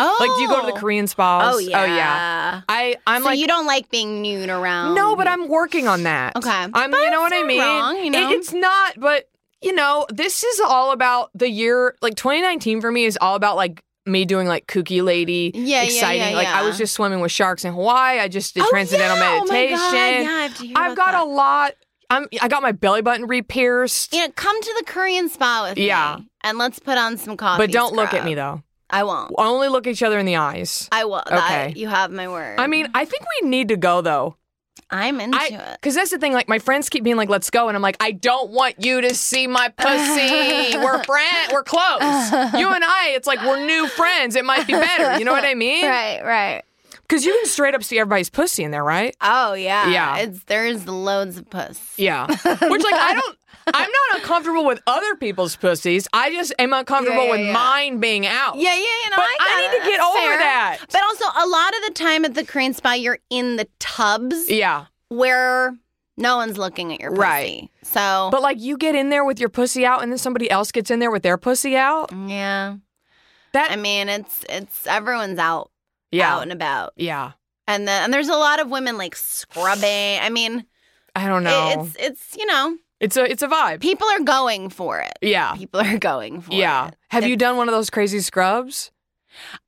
Speaker 3: Oh.
Speaker 1: Like do you go to the Korean spas?
Speaker 3: Oh yeah.
Speaker 1: Oh yeah. I I'm
Speaker 3: so
Speaker 1: like
Speaker 3: you don't like being nude around. Oh,
Speaker 1: No, but I'm working on that.
Speaker 3: Okay.
Speaker 1: I'm
Speaker 3: But
Speaker 1: you know what
Speaker 3: it's
Speaker 1: I
Speaker 3: not
Speaker 1: mean?
Speaker 3: wrong, you
Speaker 1: It-
Speaker 3: know?
Speaker 1: it's not, but you know, this is all about the year like 2019 for me is all about like me doing like kooky lady,
Speaker 3: Yeah, yeah,
Speaker 1: exciting.
Speaker 3: yeah,
Speaker 1: like I was
Speaker 3: yeah.
Speaker 1: just swimming with sharks in Hawaii. I just did
Speaker 3: Oh,
Speaker 1: transcendental
Speaker 3: yeah.
Speaker 1: meditation.
Speaker 3: Oh, my God. Yeah, I have to hear
Speaker 1: I've
Speaker 3: about
Speaker 1: got
Speaker 3: that.
Speaker 1: a lot. I'm I got my belly button re-pierced.
Speaker 3: You know, come to the Korean spa with
Speaker 1: Yeah.
Speaker 3: me. And let's put on some coffee.
Speaker 1: but don't look at
Speaker 3: scrub.
Speaker 1: me though.
Speaker 3: I won't.
Speaker 1: Only look each other in the eyes.
Speaker 3: I will.
Speaker 1: Okay.
Speaker 3: That, you have my word.
Speaker 1: I mean, I think we need to go though.
Speaker 3: I'm into
Speaker 1: I
Speaker 3: it.
Speaker 1: because that's the thing. Like my friends keep being like, "Let's go," and I'm like, "I don't want you to see my pussy. we're friend. We're close. You and I. It's like we're new friends. It might be better. You know what I mean?
Speaker 3: Right, right.
Speaker 1: Because you can straight up see everybody's pussy in there, right?
Speaker 3: Oh yeah.
Speaker 1: Yeah.
Speaker 3: It's there's loads of puss.
Speaker 1: Yeah. Which like I don't. I'm not uncomfortable with other people's pussies. I just am uncomfortable
Speaker 3: yeah,
Speaker 1: with
Speaker 3: yeah.
Speaker 1: mine being out.
Speaker 3: Yeah, yeah, you know,
Speaker 1: But
Speaker 3: I,
Speaker 1: I
Speaker 3: got
Speaker 1: need
Speaker 3: it.
Speaker 1: to get
Speaker 3: That's
Speaker 1: over
Speaker 3: fair.
Speaker 1: that.
Speaker 3: But also, a lot of the time at the Korean spa, you're in the tubs
Speaker 1: Yeah.
Speaker 3: where no one's looking at your pussy.
Speaker 1: Right.
Speaker 3: So,
Speaker 1: But like you get in there with your pussy out, and then somebody else gets in there with their pussy out.
Speaker 3: yeah,
Speaker 1: That
Speaker 3: I mean, it's it's everyone's out,
Speaker 1: yeah
Speaker 3: out and about.
Speaker 1: yeah.
Speaker 3: and then and there's a lot of women like scrubbing. I mean,
Speaker 1: I don't know.
Speaker 3: it- it's it's you know
Speaker 1: it's a it's a vibe.
Speaker 3: people are going for it.
Speaker 1: Yeah.
Speaker 3: People are going for
Speaker 1: Yeah.
Speaker 3: it.
Speaker 1: Have you done one of those crazy scrubs?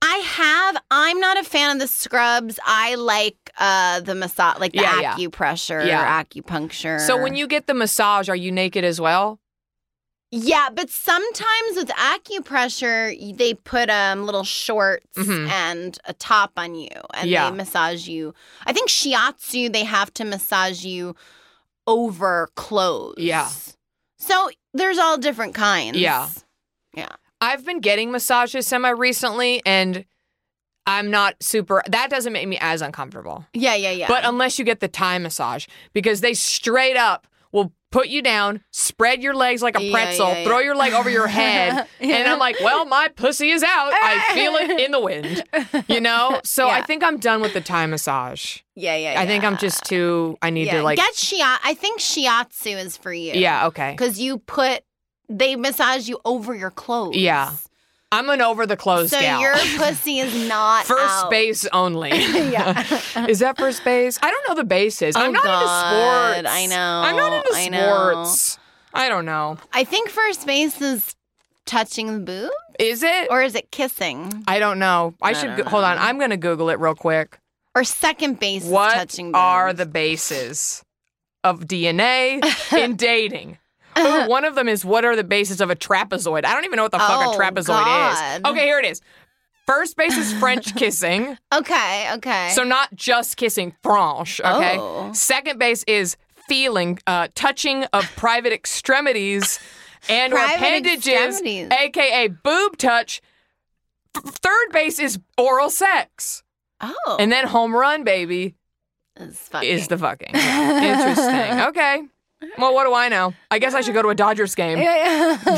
Speaker 3: I have. I'm not a fan of the scrubs. I like uh the massage, like the
Speaker 1: Yeah, yeah.
Speaker 3: acupressure
Speaker 1: Yeah.
Speaker 3: or acupuncture.
Speaker 1: So when you get the massage, are you naked as well?
Speaker 3: yeah, but sometimes with acupressure y- they put um little shorts
Speaker 1: Mhm.
Speaker 3: and a top on you and
Speaker 1: Yeah.
Speaker 3: they massage you. I think shiatsu they have to massage you over clothes.
Speaker 1: Yeah.
Speaker 3: So there's all different kinds.
Speaker 1: Yeah. I've been getting massages semi recently and I'm not super that doesn't make me as uncomfortable. um,
Speaker 3: Yeah, yeah, yeah.
Speaker 1: But unless you get the Thai massage because they straight up will put you down, spread your legs like a
Speaker 3: Yeah,
Speaker 1: pretzel,
Speaker 3: yeah, yeah.
Speaker 1: throw your leg over your head. And I'm like, well, my pussy is out. I feel it in the wind, you know? So I
Speaker 3: Yeah.
Speaker 1: think I'm done with the Thai massage.
Speaker 3: Yeah, yeah.
Speaker 1: I think I'm just too, I need to like,
Speaker 3: get shiatsu. I think shiatsu is for you.
Speaker 1: yeah, okay.
Speaker 3: because you put they massage you over your clothes.
Speaker 1: Yeah. Oh, I'm an over the clothes
Speaker 3: So
Speaker 1: gal.
Speaker 3: your pussy is not
Speaker 1: First
Speaker 3: out.
Speaker 1: base only. yeah. is that first base? I don't know the bases. I'm
Speaker 3: Oh,
Speaker 1: not
Speaker 3: God.
Speaker 1: into sports.
Speaker 3: I
Speaker 1: I'm not
Speaker 3: know.
Speaker 1: into
Speaker 3: I know.
Speaker 1: sports. I don't know.
Speaker 3: I think first base is touching the boob,
Speaker 1: Is it?
Speaker 3: or is it kissing?
Speaker 1: I don't know. I, should go- hold on. I'm going to Google it real quick.
Speaker 3: Or second base is
Speaker 1: What
Speaker 3: touching.
Speaker 1: are
Speaker 3: boobs?
Speaker 1: the bases of DNA in dating?
Speaker 3: Uh-huh.
Speaker 1: Oh, one of them is what are the bases of a trapezoid? I don't even know what the fuck a
Speaker 3: Oh,
Speaker 1: trapezoid
Speaker 3: God.
Speaker 1: is. Okay, here it is. First base is French kissing.
Speaker 3: Okay, okay.
Speaker 1: So not just kissing Franche, okay?
Speaker 3: Oh.
Speaker 1: Second base is feeling, uh, touching of private extremities and or
Speaker 3: Private
Speaker 1: appendages,
Speaker 3: extremities.
Speaker 1: aka boob touch. F- Third base is oral sex.
Speaker 3: oh,
Speaker 1: And then home run, baby,
Speaker 3: it's fucking.
Speaker 1: is the fucking. Interesting. Okay. Well, what do I know? I guess I should go to a Dodgers game.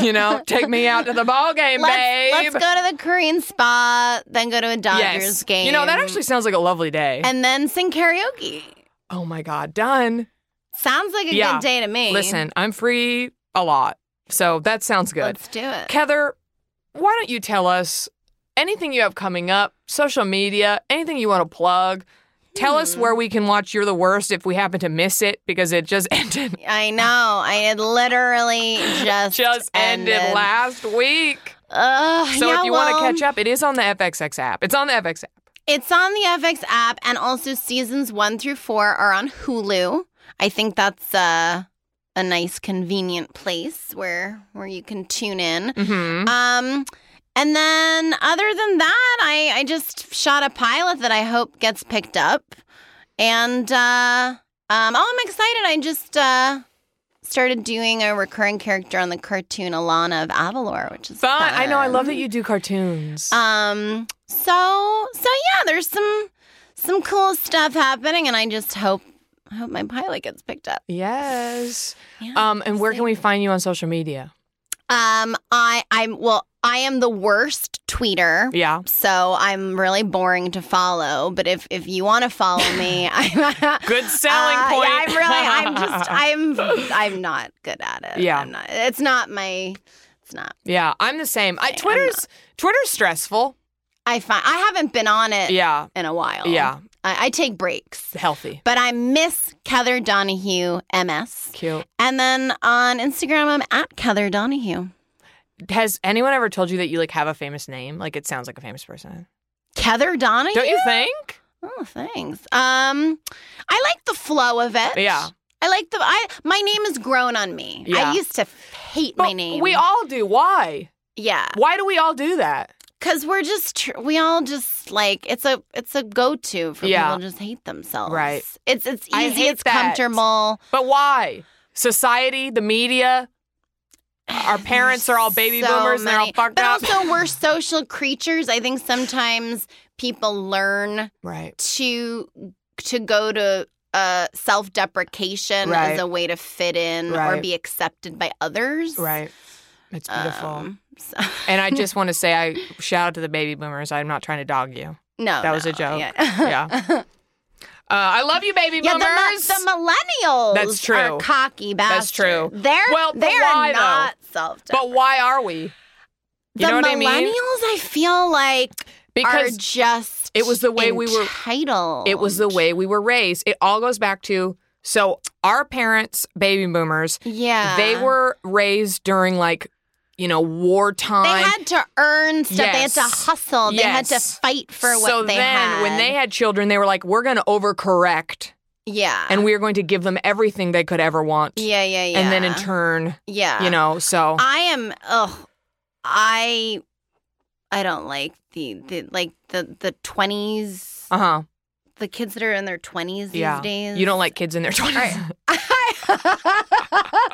Speaker 1: You know, take me out to the ball game, babe.
Speaker 3: let's, let's go to the Korean spa, then go to a Dodgers
Speaker 1: yes.
Speaker 3: game.
Speaker 1: You know, that actually sounds like a lovely day.
Speaker 3: and then sing karaoke.
Speaker 1: oh my God, done.
Speaker 3: Sounds like a
Speaker 1: Yeah.
Speaker 3: good day to me.
Speaker 1: Listen, I'm free a lot. So that sounds good.
Speaker 3: let's do it.
Speaker 1: Heather, why don't you tell us anything you have coming up, social media, anything you want to plug? Tell us
Speaker 3: Hmm.
Speaker 1: where we can watch You're the Worst if we happen to miss it because it just ended
Speaker 3: I know. I had literally just
Speaker 1: just ended, last week.
Speaker 3: Ugh,
Speaker 1: So
Speaker 3: yeah,
Speaker 1: if you
Speaker 3: well,
Speaker 1: want to catch up, it is on the FXX app. It's on the FX app.
Speaker 3: it's on the FX app, and also seasons one through four are on Hulu. I think that's uh, a nice, convenient place where where you can tune in.
Speaker 1: Mm-hmm.
Speaker 3: Um, and then other than that, I I just shot a pilot that I hope gets picked up, and uh, um, oh, I'm excited. I just uh started doing a recurring character on the cartoon Alana of Avalor, which is
Speaker 1: Fun. I know. I
Speaker 3: fun.
Speaker 1: love that you do cartoons.
Speaker 3: Um. So so yeah, there's some some cool stuff happening, and I just hope I hope my pilot gets picked up.
Speaker 1: yes.
Speaker 3: Yeah.
Speaker 1: Um. And where can we find you on social media?
Speaker 3: Um. I I'm well. I am the worst tweeter.
Speaker 1: Yeah.
Speaker 3: So I'm really boring to follow, but if if you want to follow me, I'm
Speaker 1: Good selling
Speaker 3: Uh,
Speaker 1: point.
Speaker 3: Yeah, I'm really, I'm just, I'm, I'm not good at it.
Speaker 1: Yeah.
Speaker 3: I'm not. It's not my, it's not.
Speaker 1: Yeah, I'm the same. I,
Speaker 3: Same, I'm
Speaker 1: Twitter's Twitter's stressful.
Speaker 3: I find I haven't been on it
Speaker 1: Yeah,
Speaker 3: in a while.
Speaker 1: Yeah.
Speaker 3: I, I take breaks,
Speaker 1: healthy,
Speaker 3: but I miss Heather Donahue MS,
Speaker 1: cute.
Speaker 3: and then on Instagram I'm at Heather Donahue.
Speaker 1: Has anyone ever told you that you like have a famous name? Like it sounds like a famous person.
Speaker 3: Heather Donahue.
Speaker 1: Don't you think?
Speaker 3: Oh, thanks. Um, I like the flow of it.
Speaker 1: Yeah.
Speaker 3: I like the I. My name has grown on me.
Speaker 1: Yeah.
Speaker 3: I used to hate my
Speaker 1: But
Speaker 3: name.
Speaker 1: We all do. Why?
Speaker 3: yeah.
Speaker 1: Why do we all do that?
Speaker 3: Cause we're just tr- we all just like it's a it's a go to for
Speaker 1: Yeah.
Speaker 3: people to just hate themselves.
Speaker 1: Right.
Speaker 3: It's it's
Speaker 1: I
Speaker 3: easy.
Speaker 1: hate
Speaker 3: It's
Speaker 1: that.
Speaker 3: comfortable.
Speaker 1: But why? Society, the media, our parents are all baby
Speaker 3: So
Speaker 1: boomers and they're all
Speaker 3: many-
Speaker 1: fucked
Speaker 3: but
Speaker 1: up.
Speaker 3: also we're social creatures. I think sometimes people learn
Speaker 1: right.
Speaker 3: to to go to uh, self deprecation
Speaker 1: Right.
Speaker 3: as a way to fit in
Speaker 1: Right.
Speaker 3: or be accepted by others.
Speaker 1: Right. It's beautiful.
Speaker 3: Um, so-
Speaker 1: and I just want to say I shout out to the baby boomers. I'm not trying to dog you.
Speaker 3: no,
Speaker 1: That was
Speaker 3: no,
Speaker 1: a joke.
Speaker 3: Yeah,
Speaker 1: Yeah. Uh, I love you, baby
Speaker 3: Yeah, the,
Speaker 1: boomers.
Speaker 3: mi- the millennials
Speaker 1: That's true.
Speaker 3: are cocky
Speaker 1: That's
Speaker 3: bastards.
Speaker 1: true.
Speaker 3: They're
Speaker 1: Well, but
Speaker 3: they're
Speaker 1: why, though?
Speaker 3: not self.
Speaker 1: But why are we? You
Speaker 3: the
Speaker 1: know what
Speaker 3: millennials,
Speaker 1: I mean?
Speaker 3: I feel like, are
Speaker 1: Because
Speaker 3: just
Speaker 1: it was the way we were-
Speaker 3: entitled.
Speaker 1: it was the way we were raised. It all goes back to so our parents, baby boomers,
Speaker 3: Yeah,
Speaker 1: they were raised during like, you know, wartime.
Speaker 3: They had to earn stuff. They had to
Speaker 1: Yes.
Speaker 3: hustle. They had to
Speaker 1: Yes.
Speaker 3: fight for what
Speaker 1: so
Speaker 3: they
Speaker 1: then
Speaker 3: had.
Speaker 1: when they had children, they were like, we're going to overcorrect
Speaker 3: yeah,
Speaker 1: and we are going to give them everything they could ever want.
Speaker 3: yeah, yeah, yeah, Uh,
Speaker 1: And then in turn,
Speaker 3: yeah,
Speaker 1: you know, so
Speaker 3: I am. Oh, I, I don't like the, the like the the twenties.
Speaker 1: uh huh.
Speaker 3: the kids that are in their twenties these
Speaker 1: Yeah.
Speaker 3: days.
Speaker 1: You don't like kids in their 20s.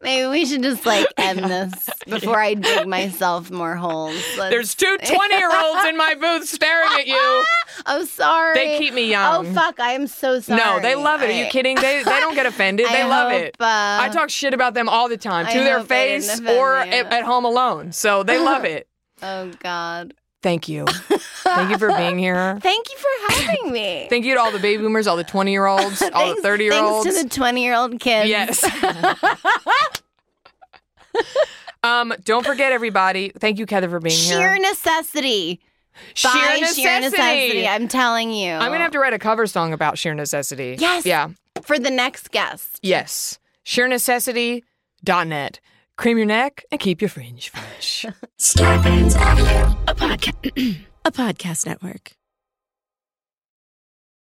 Speaker 3: Maybe we should just like end this before I dig myself more holes. Let's-
Speaker 1: There's two 20 year olds in my booth staring at you.
Speaker 3: Oh, sorry.
Speaker 1: They keep me young.
Speaker 3: Oh, fuck. I am so sorry.
Speaker 1: Um, No, they love it. Are you
Speaker 3: I-
Speaker 1: kidding? They they don't get offended.
Speaker 3: I
Speaker 1: They love
Speaker 3: hope,
Speaker 1: it.
Speaker 3: uh,
Speaker 1: I talk shit about them all the time
Speaker 3: I
Speaker 1: to their
Speaker 3: hope I didn't
Speaker 1: face
Speaker 3: offend
Speaker 1: or
Speaker 3: you.
Speaker 1: at, at home alone. So they love it.
Speaker 3: Oh, God.
Speaker 1: Thank you. Thank you for being here.
Speaker 3: Thank you for having me.
Speaker 1: Thank you to all the baby boomers, all the 20 year olds, all the 30 year olds.
Speaker 3: Thanks to the 20 year old kids.
Speaker 1: Yes. um, don't forget, everybody. Thank you, Heather, for being
Speaker 3: Sheer
Speaker 1: here.
Speaker 3: necessity.
Speaker 1: Sheer
Speaker 3: By sheer
Speaker 1: necessity.
Speaker 3: necessity. I'm telling you.
Speaker 1: I'm gonna have to write a cover song about sheer necessity.
Speaker 3: Yes.
Speaker 1: Yeah.
Speaker 3: For the next guest.
Speaker 1: Yes. SheerNecessity.net. Cream your neck and keep your fringe fresh.
Speaker 5: a podcast network.